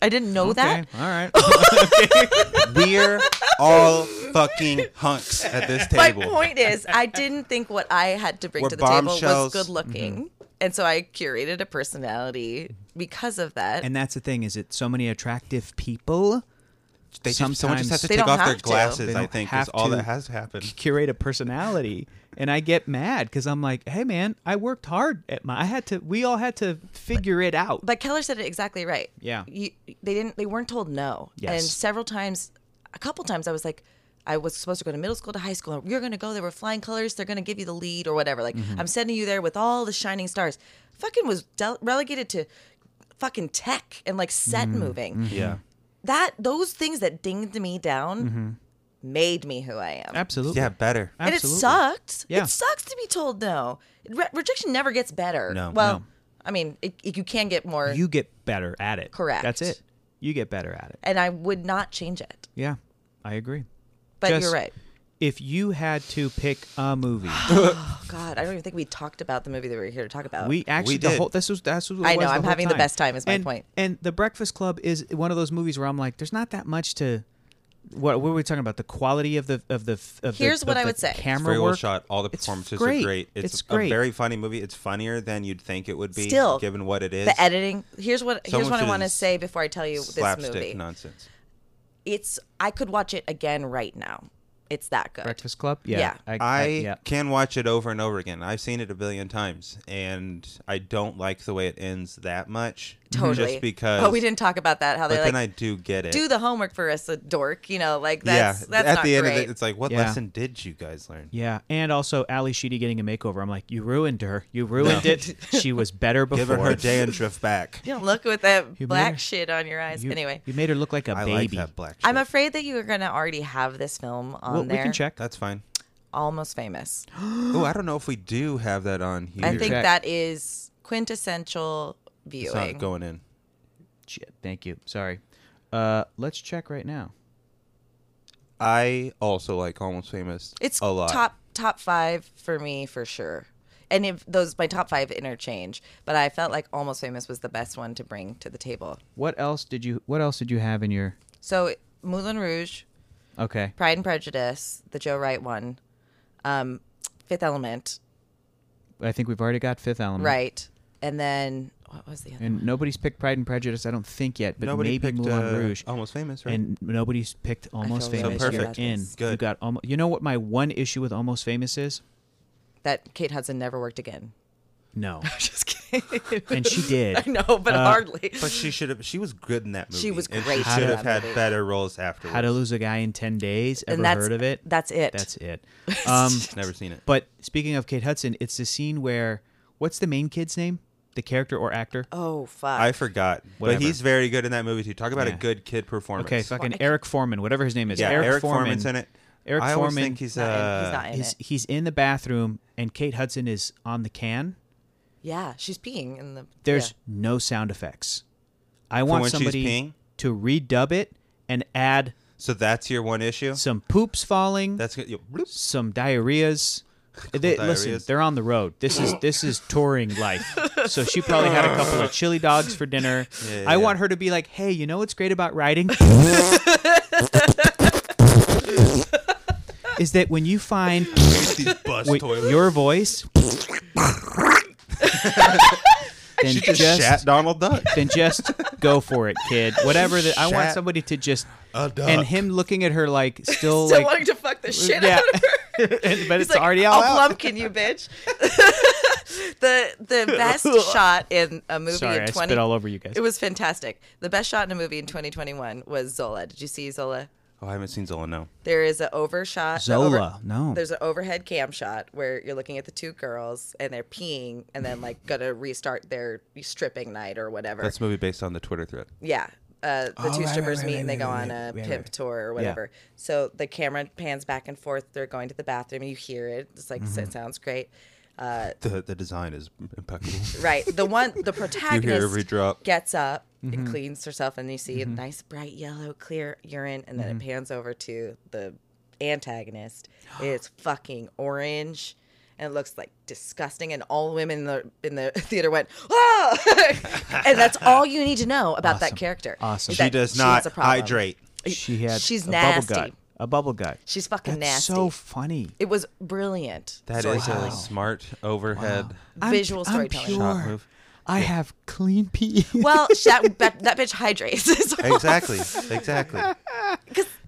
I didn't know Okay, that. all right. We're all fucking hunks at this My table. point is, I didn't think what I had to bring We're to the table was bombshells. Mm-hmm. good looking, and so I curated a personality because of that. and that's the thing is that so many attractive people They just, someone just has to Sometimes- They take don't off their have to. glasses, They I don't think, have is all to. that has to happen. curate a personality and I get mad because I'm like, hey man, I worked hard at my I had to we all had to figure it out. but Keller said it exactly right. Yeah. you, they didn't. They weren't told no. Yes. and several times, a couple times, I was like. I was supposed to go to middle school to high school. You're going to go there with flying colors. They're going to give you the lead or whatever. Like, Mm-hmm. I'm sending you there with all the shining stars. Fucking was del relegated to fucking tech and like set Mm-hmm. moving. Yeah. that those things that dinged me down Mm-hmm. made me who I am. Absolutely. Yeah, better. And it Absolutely. sucked. Yeah. It sucks to be told no. Re- rejection never gets better. No. Well, No. I mean, it, it- you can get more, You get better at it. Correct. That's it. You get better at it. and I would not change it. Yeah. I agree. But Just- you're right. If you had to pick a movie, Oh God, I don't even think we talked about the movie that we were here to talk about. we actually the did. whole this was that's what it I was know, the I'm whole having the best time is my and, point. And The Breakfast Club is one of those movies where I'm like, there's not that much to. What, what were we talking about? The quality of the of the of Here's the, what of I the would say. It's Camera Very well work. shot. All the It's performances great. are great. It's, It's a great. very funny movie. It's funnier than you'd think it would be, Still, given what it is. the editing. Here's what here's Someone what I should've want to just say before I tell you this slapstick movie. nonsense. It's I could watch it again right now. It's that good. Breakfast Club. Yeah. Yeah. I, I yeah. can watch it over and over again. I've seen it a billion times, and I don't like the way it ends that much. Totally. Just because. But we didn't talk about that. How But they're then like I do get it. do the homework for us, a dork. You know, like that's yeah. that's at not the end great. of it, it's like, what Yeah. lesson did you guys learn? Yeah, and also Ali Sheedy getting a makeover. I'm like, you ruined her. You ruined it. She was better before. Give her her dandruff back. Don't look with that black her- shit on your eyes. You, anyway, you made her look like a I like baby. that black. Shit. I'm afraid that you are going to already have this film on Well, we there. can check. That's fine. Almost famous. Oh, I don't know if we do have that on here. I think Check. that is quintessential it's viewing. not going in. Shit, thank you. Sorry. Uh, let's check right now. I also like Almost Famous. it's a lot. top top five for me for sure. And if those my top five interchange, but I felt like Almost Famous was the best one to bring to the table. What else did you? What else did you have in your? So Moulin Rouge, Okay. Pride and Prejudice, the Joe Wright one, um, Fifth Element, I think we've already got Fifth Element. right, and then what was the other? And nobody's picked Pride and Prejudice, I don't think yet, but Nobody maybe picked Moulin uh, Rouge. Almost Famous, right? and nobody's picked Almost really Famous. So You're perfect. in. Good. You got almost. You know what my one issue with Almost Famous is? that Kate Hudson never worked again. No, Just kidding. and she did. I know, but hardly. but she should have. She was good in that movie. She was and great in She should that have had movie. better roles afterwards. How to Lose a Guy in Ten Days? Ever and that's heard of it? That's it. That's it. Um, Never seen it. but speaking of Kate Hudson, it's the scene where what's the main kid's name? the character or actor. Oh fuck! I forgot. Whatever. But he's very good in that movie too. Talk about Yeah. a good kid performance. Okay, fucking Well, I- Eric Foreman, whatever his name is. yeah, Eric, Eric, Foreman. Foreman's in it. Eric I always Foreman think he's He's not in- he's uh, not in He's it. he's in the bathroom and Kate Hudson is on the can. Yeah, she's peeing in the. There's yeah. no sound effects. I want when she's somebody peeing? to redub it and add So that's your one issue. some poops falling, That's good. Yo, bloop. some diarrheas. They, listen, diarrheas. they're on the road. This is this is touring life. So she probably had a couple of chili dogs for dinner. Yeah, I yeah. want her to be like, "Hey, you know what's great about riding?" is that when you find These bus Wait, toilets. your voice. then She just, shat Donald Duck. then just go for it, kid. Whatever that I want Shat somebody to just a duck. and him looking at her like still, Still like wanting to fuck the shit yeah, out of her. And- but He's it's like, "Oh, already all I'll out. plumpkin you, bitch. the the best shot in a movie Sorry, in I 20 spit all over you guys. It was fantastic. The best shot in a movie in 2021 was Zola. Did you see Zola? Oh, I haven't seen Zola. No. There is an overshot. the over- Zola, no. There's an overhead cam shot where you're looking at the two girls and they're peeing and then like gonna restart their stripping night or whatever. That's a movie based on the Twitter thread. Yeah. Uh, the two Oh, right, right, strippers right, meet right, and they right, go right, on right, a right, pimp right. tour or Yeah. whatever. So the camera pans back and forth. They're going to the bathroom. You hear it. It's like, Mm-hmm. it sounds great. Uh, The the design is impeccable. right. The one, the protagonist every drop. Mm-hmm. gets up and cleans herself, and you see a nice bright yellow, clear urine, and then it Mm-hmm. pans over to the antagonist. It's fucking orange. And it looks like disgusting, and all the women in the in the theater went, "Ah!" and that's all you need to know about Awesome. that character. Awesome. is she that does has not a problem. hydrate. she had she's a nasty. bubble gut, a bubble gut. She's fucking That's nasty. so funny. it was brilliant. That is a storytelling. smart overhead. I'm- Visual I'm storytelling. pure. Shot move. I have clean pee. Well, that, that that bitch hydrates. Exactly. Exactly. Oh,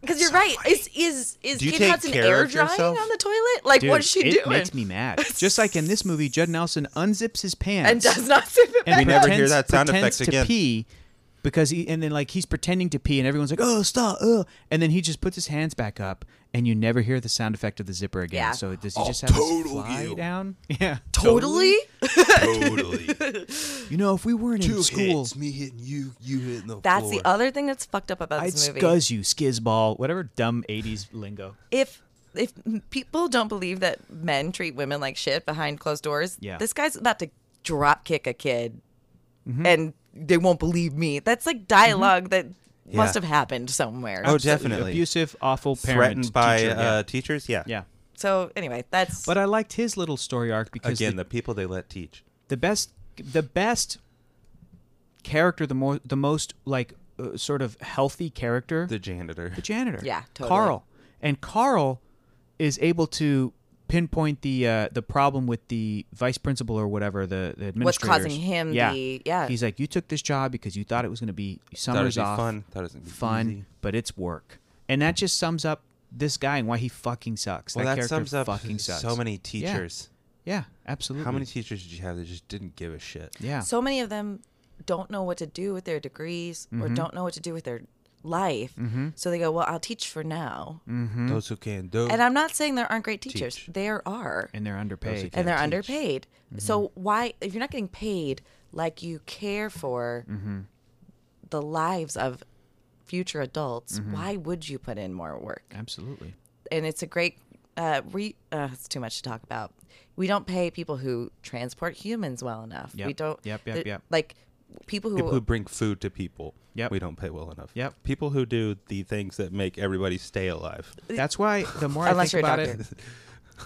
Because you're right. Is is is Do you Kate take Hudson care air of drying yourself? on the toilet? Like, Dude, what's she it doing? makes me mad. Just like in this movie, Judd Nelson unzips his pants and does not sip it and back. We never pretends- hear that sound pretends effect to again. Pee because he and then like he's pretending to pee and everyone's like oh stop uh," and then he just puts his hands back up and you never hear the sound effect of the zipper again. Yeah. So does he just have his total fly Oh, you. down? Yeah. Totally. totally. You know if we weren't in school, me hitting you, you hitting the That's the other thing that's fucked up about I'd this movie. scuzz you skizball whatever dumb '80s lingo. If if people don't believe that men treat women like shit behind closed doors, Yeah. this guy's about to drop kick a kid, and they won't believe me. That's like dialog that must have happened somewhere. Oh, definitely. Abusive, awful parent. Threatened by teacher, yeah. uh, teachers? Yeah. yeah. So anyway, that's But I liked his little story arc because Again, the the people they let teach. the best the best character the more the most like uh, sort of healthy character The janitor. the janitor Yeah, totally. carl and carl is able to pinpoint the uh, the problem with the vice principal or whatever the, the administrator causing him the- yeah. he's like you took this job because you thought it was going to be Thought it summers was off fun. Thought it was fun, easy. but it's work and that just sums up this guy and why he fucking sucks Well, that, that, character sums up fucking sucks so many teachers. yeah Mm-hmm. absolutely How many teachers did you have that just didn't give a shit? yeah so many of them don't know what to do with their degrees or Mm-hmm. don't know what to do with their life. So they go, well, I'll teach for now. Mm-hmm. Those who can do. And I'm not saying there aren't great teachers. Teach. There are. and they're underpaid And they're teach. underpaid. Mm-hmm. So why if you're not getting paid like you care for Mm-hmm. the lives of future adults, Mm-hmm. why would you put in more work? absolutely and it's a great uh, re- uh it's too much to talk about we don't pay people who transport humans well enough we Yep, don't yep, yep, the- yep. like people who, People who bring food to people. Yep. We don't pay well enough. Yep. People who do the things that make everybody stay alive. That's why the more I Unless think you're a about it,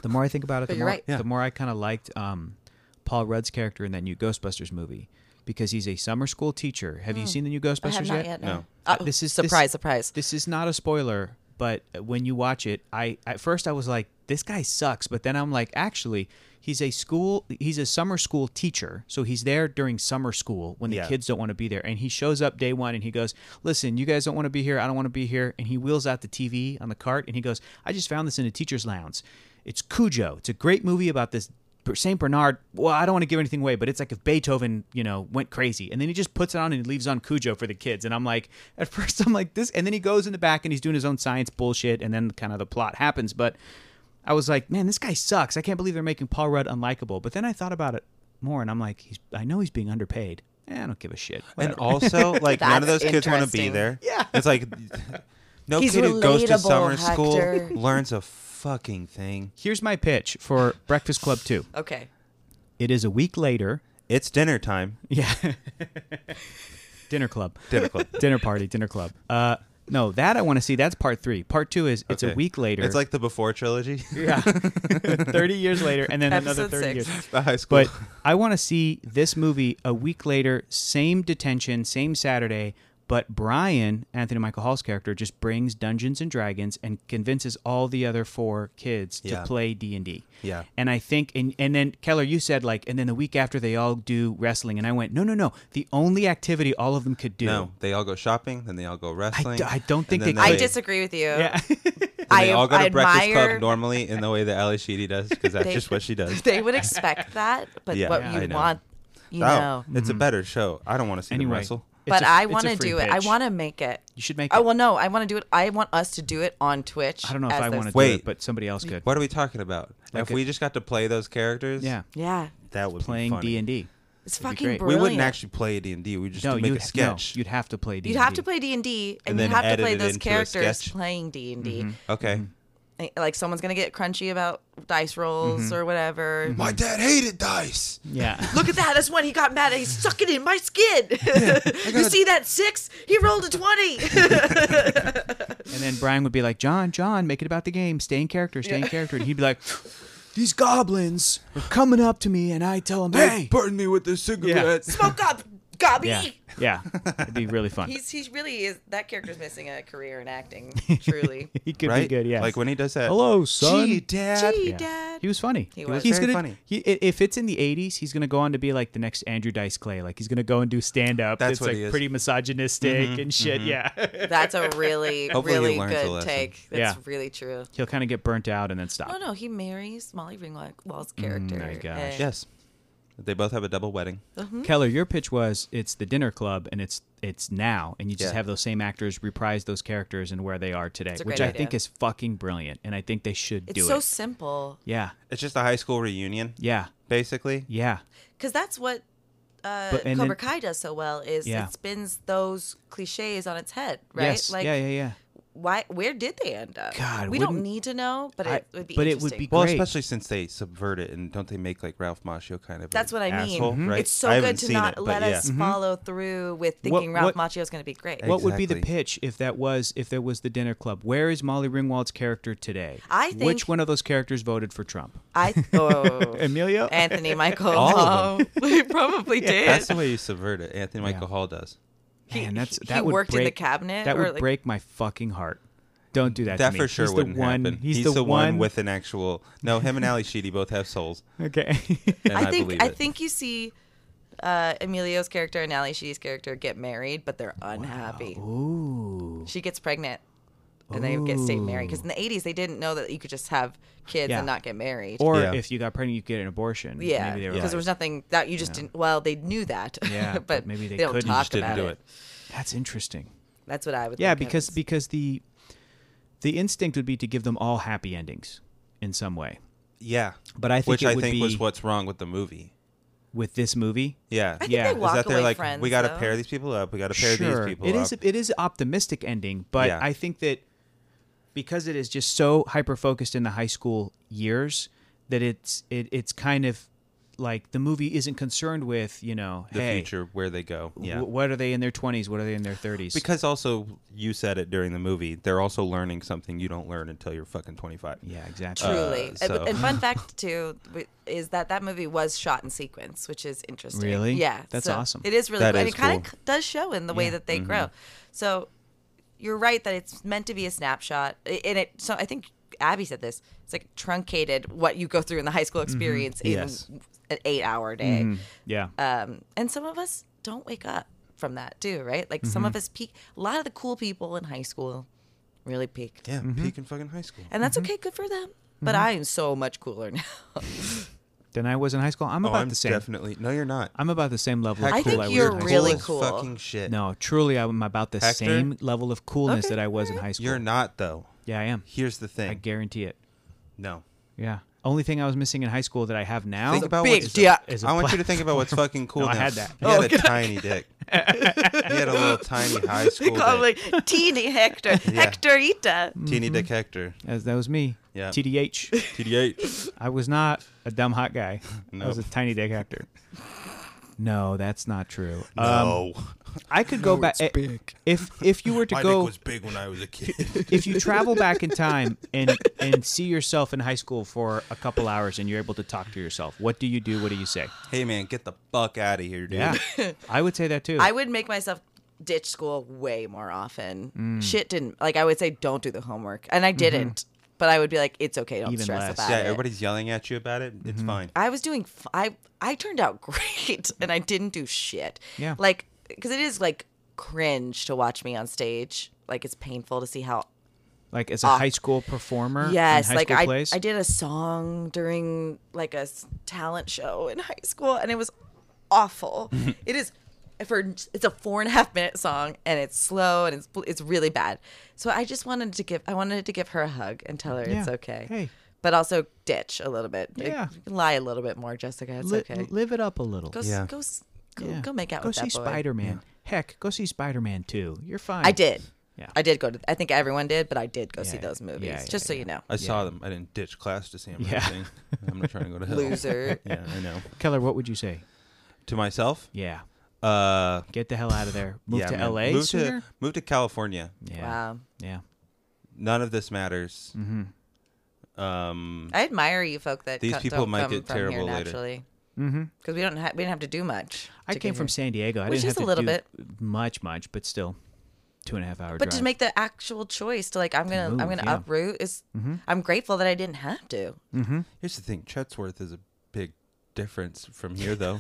the more I think about it, the you're more, right. Yeah. the more I kind of liked um, Paul Rudd's character in that new Ghostbusters movie because he's a summer school teacher. Have you seen the new Ghostbusters Hmm. I have not yet, No. Uh, Uh, this is this- surprise surprise This is not a spoiler, but when you watch it, I at first I was like, this guy sucks, but then I'm like, actually, he's a school, he's a summer school teacher, so he's there during summer school when the Yeah. kids don't want to be there, and he shows up day one and he goes, listen, you guys don't want to be here, I don't want to be here, and he wheels out the TV on the cart and he goes, I just found this in a teacher's lounge. It's Cujo. It's a great movie about this. Saint Bernard. Well, I don't want to give anything away, but it's like if Beethoven, you know, went crazy, and then he just puts it on and he leaves on Cujo for the kids. And I'm like, at first I'm like this, and then he goes in the back and he's doing his own science bullshit, and then kind of the plot happens. But I was like, man, this guy sucks. I can't believe they're making Paul Rudd unlikable. But then I thought about it more, and I'm like, he's, I know he's being underpaid. Eh, I don't give a shit. And Whatever. also, like none of those That's kids want to be interesting. there. Yeah, it's like no He's kid who goes to relatable, summer Hector. school learns a fucking thing. here's my pitch for Breakfast Club Two. Okay. It is a week later. It's dinner time. Yeah. dinner club. Dinner club. dinner party, dinner club. Uh, no, that I want to see. That's part three. Part two is it's a Okay. week later. It's like the before trilogy, yeah, thirty years later, and then another Episode thirty six. years. the high school. But I want to see this movie a week later, same detention, same Saturday. But Brian, Anthony Michael Hall's character, just brings Dungeons and Dragons and convinces all the other four kids to Yeah. play D and D. Yeah. And I think, and and then Keller, you said like, and then the week after they all do wrestling, and I went, no, no, no. The only activity all of them could do no, they all go shopping, then they all go wrestling. I don't think and they then could. I disagree with you. Yeah. then they I- all go to I Breakfast admire- Club normally in the way that Ali Sheedy does because that's They- just what she does. They would expect that, but Yeah, what Yeah, you I know. want, you oh, know. it's Mm-hmm. a better show. I don't want to see them wrestle. But I I want to do it. I want to make it. You should make Oh it. well, no, I want to do it. I want us to do it on Twitch. I don't know if as I those- want to do Wait. it, but somebody else could. What are we talking about? Like if a- we just got to play those characters, Yeah, Yeah, that would playing D D and D. it's That'd be fucking great. brilliant. We wouldn't actually play D and D. We just No, make you'd, a sketch. no, you'd have to play D. You'd have to play D and D, and then you'd have to edit play it those into a characters sketch. playing D and Mm-hmm. D. okay. Mm. Like someone's gonna get crunchy about dice rolls Mm-hmm. or whatever. My dad hated dice. Yeah. Look at that! That's when he got mad. He's sucking in my skin. you gotta- see that six? He rolled a twenty. and then Brian would be like, "John, John, make it about the game. Stay in character. Stay in character." And he'd be like, "These goblins are coming up to me, and I tell them, hey, burn me with the cigarette. Smoke up, Gobby. yeah, yeah, it'd be really fun. He's he really is. That character's missing a career in acting. Truly. he could Right? be good. Yeah. Like when he does that. hello, son. Gee, dad. Gee, Yeah. Dad. He was funny. He was. He's Very gonna, funny. He, i- if it's in the 80s, he's going to go on to be like the next Andrew Dice Clay. Like he's going to go and do stand up. That's it's what like he is. pretty misoginistic and shit. Yeah. That's a really, Hopefully he really learns a good lesson. take. That's Yeah. really true. He'll kind of get burnt out and then stop. Oh, No, no, he marries Molly Ringwald's character. Mm, my gosh. and- Yes. They both have a double wedding. Hmm? Keller, your pitch was it's the dinner club and it's it's now and you just Yeah. have those same actors reprise those characters and where they are today, a which great I think idea. is fucking brilliant and I think they should It's do so it. simple yeah. It's just a high school reunion, Yeah. basically. Yeah. because that's what uh, But- and Cobra then- Kai does so well. Is Yeah. it spins those cliches on its head, right? Yes. Like, yeah, yeah, yeah. why? Where did they end up? God, we don't wouldn't- need to know, but I- it would be. but it would interesting. be- Well, Great. especially since they subvert it and don't they make like Ralph Macchio kind of That's an what I mean. asshole, Mm-hmm. right? It's so I haven't good to seen not it, but let yeah. Mm-hmm. us follow through with What- thinking what- Ralph Macchio is going to be great. What would be the Exactly. pitch if that was if there was the dinner club? Where is Molly Ringwald's character today? I Which think- one of those characters voted for Trump? I oh, Emilio? Anthony Michael. All of Hall. We probably did. That's the way you subvert it. Anthony Michael Hall does. Man, that's he that would worked in the break- cabinet That or, would like- break my fucking heart. Don't do that. That to me. for sure he's wouldn't the one, happen. He's, the, one, with an actual. No, him and Ali Sheedy both have souls. Okay. And I, I think believe I, it. think you see uh, Emilio's character and Ali Sheedy's character get married, but they're unhappy. Ooh. She gets pregnant, and they get stayed married because in the '80s they didn't know that you could just have kids Yeah. and not get married. Or Yeah. if you got pregnant, you could get an abortion. yeah, Maybe they because were there was like, nothing that you just didn't. Well, they knew that. Yeah, but, but maybe they don't couldn't. You talk just didn't about do it. it. That's interesting. That's what I would. Yeah, think because happens. because the the instinct would be to give them all happy endings in some way. Yeah, But I think which it I would think be was what's wrong with the movie. with this movie. Yeah, I think yeah, they is is walk that away they're like friends. we got to though. pair these people up. We got to pair these people It up. is it is optimistic ending, but Yeah. I think that because it is just so hyper focused in the high school years that it's it, it's kind of like the movie isn't concerned with you know the hey future where they go. wh- Yeah, what are they in their twenties what are they in their thirties because also you said it during the movie. They're also learning something you don't learn until you're fucking 25. yeah exactly Truly, Uh, And- so- and fun fact too w- is that that movie was shot in sequence, which is interesting. Really? Yeah, That's awesome. It is really, That cool. and is it kind cool. of does show in the way that Mm-hmm. they grow. So you're right that it's meant to be a snapshot, I- and it. So I think Abby said this. It's like truncated what you go through in the high school Mm-hmm. experience in Yes. an eight-hour day, Mm, yeah um, and some of us don't wake up from that too, right? Like some of us peak. A lot of the cool people in high school really peak Yeah, Mm-hmm. peak in fucking high school. and that's okay. Good for them. But I am so much cooler now. then I was in high school I'm Oh, about I'm the same definitely. No, you're not. I'm about the same level Hector, of I cool think I was you're in high really school. as cool. Fucking shit. no truly I'm about the Hector? same level of coolness Okay, that I was in high school you're not though. yeah I am Here's the I thing. guarantee it No, yeah Only thing I was missing in high school that I have now Think about big what's- dick. is a I want you pla- to think about what's fucking cool. No, I now. had that. Oh, He had a tiny dick. he had a little tiny high They school call dick. it teeny Hector, Hectorita. Teeny dick mm-hmm. Hector. As that was me. Yeah. TDH. TDH. I was not a dumb hot guy. I was a Nope. tiny dick actor. No, that's not true. Um, No. I could go back it's big. if if you were to My go dick was big when I was a kid. if you travel back in time and and see yourself in high school for a couple hours and you're able to talk to yourself, what do you do? What do you say? hey man, get the fuck out of here, dude. Yeah, I would say that too. I would make myself ditch school way more often. Shit didn't like I would say don't do the homework, and I didn't. But I would be like, it's okay, don't Even stress less. about Yeah, it. everybody's yelling at you about it. Mm-hmm. It's fine. I was doing. f- I I turned out great, and I didn't do shit. Yeah. Like, because it is like cringe to watch me on stage. Like, it's painful to see how. like as a Ah. high school performer. Yes, in high like school I plays. I did a song during like a s- talent show in high school, and it was awful. it is for it's a four and a half minute song, and it's slow and it's bl- it's really bad. So I just wanted to give I wanted to give her a hug and tell her it's Yeah. okay. Hey. But also ditch a little bit. Like, Yeah. lie a little bit more, Jessica. It's Li- okay. live it up a little. Go, s- Yeah. go, s- go, Yeah. go make out Go with see that boy. Spider Man. Heck, go see Spider Man too. You're fine. I did. Yeah. I did go to. I think everyone did, but I did go see Yeah, those yeah, movies. yeah, just so yeah. you know, I saw them. I didn't ditch class to see them. or Yeah. anything. I'm not trying to go to hell. loser. Yeah, I know. Keller, what would you say? To myself, Yeah, uh, get the hell out of there. Move yeah, to man. L.A. Move sooner? to move to California. yeah. Wow, Yeah. Mm-hmm. None of this matters. Mm. Um, I admire you folk that These co- people don't might come get from here terrible later. naturally. Because we don't ha- we didn't have to do much. Mm-hmm. I to came get from here. San Diego. I Which didn't is have to a little do bit. much, much, but still, two and a half hour. but drive. to make the actual choice to like I'm gonna I'm move, gonna yeah. Mm-hmm. uproot is I'm grateful that I didn't have to. here's the thing. Chatsworth is a big difference from here, though.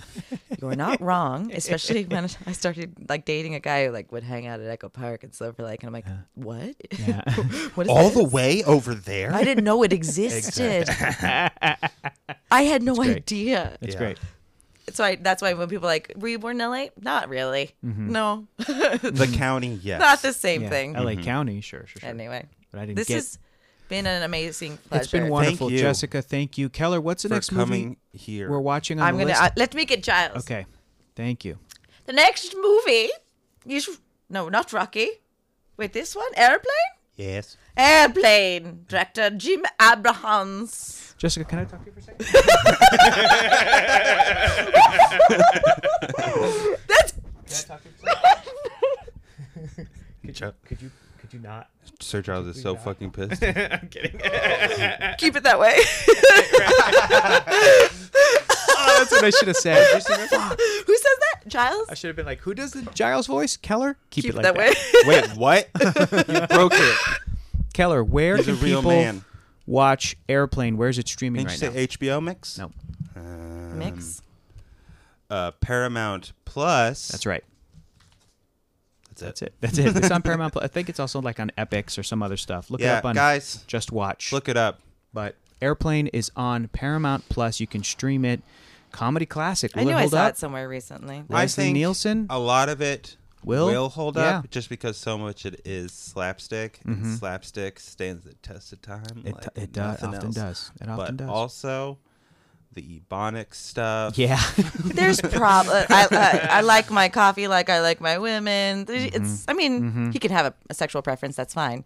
You're not wrong, especially when I started like dating a guy who like would hang out at Echo Park and Silver Lake, and I'm like, what? Yeah. what is All this? the way over there. I didn't know it existed. I had no great. idea. That's Yeah. great. So I, that's why when people are like, were you born in LA? Not really. No, the county, yes. not the same Mm-hmm. Yeah. thing. L.A. Mm-hmm. County, sure, sure, sure. Anyway, but I didn't this get. has been an amazing pleasure. it's been wonderful, you. Jessica. Thank you, Keller. What's the for next coming movie here. we're watching on I'm the gonna list? uh, let's make it Giles. okay, thank you. The next movie is no, not Rocky. Wait, this one, Airplane. yes. Airplane, director Jim Abrahams. Jessica, can I talk to you for a second? Good job. Could you? Could you not? Sir Giles is so fucking pissed. I'm kidding. Uh, Keep it that way. oh, that's what I should have said. Just remember- Who says that? Giles. I should have been like, who does the Giles voice? Keller? Keep, Keep it it like that that. way. Wait, what? you broke it. Keller, where He's can a real people man. watch Airplane? Where's it streaming Didn't you right say now? HBO Mix? No. Um, Mix. Uh, Paramount Plus. That's right. That's it. That's it. That's it. It's on Paramount. Plus. I think it's also like on Epics or some other stuff. Look it Yeah, up on guys, Just Watch. look it up. but Airplane is on Paramount Plus. You can stream it. Comedy classic. Will I knew it I hold saw up? it somewhere recently. I Leslie think Nielsen? A lot of it Will? hold Yeah. Mm-hmm. up just because so much it is slapstick. And slapstick stands the test of time. It like t- it do- nothing often else. does. It but often does. also the ebonic stuff. Yeah. There's prob. uh, I, I, I like my coffee like I like my women. There's- Mm-hmm. It's. I mean, he can have a, a sexual preference. That's fine.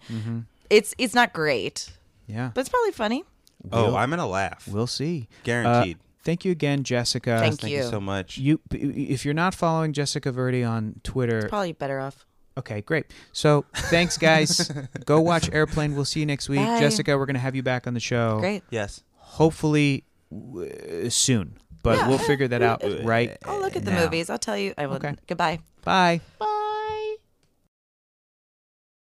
It's. It's not great, yeah. but it's probably funny. Oh, Will- I'm gonna laugh. We'll see. Uh, Guaranteed. thank you again, Jessica. Thank Thank you. you. so much. You, if you're not following Jessica Verdi on Twitter, Probably better off. Okay, great. So thanks, guys. Go watch Airplane. We'll see you next week. Bye. Jessica, we're going to have you back on the show. Great. yes. Hopefully w- soon, but we'll figure that out right. I'll Oh, look at the now. movies. I'll tell you. I will. Okay. Goodbye. Bye. Bye.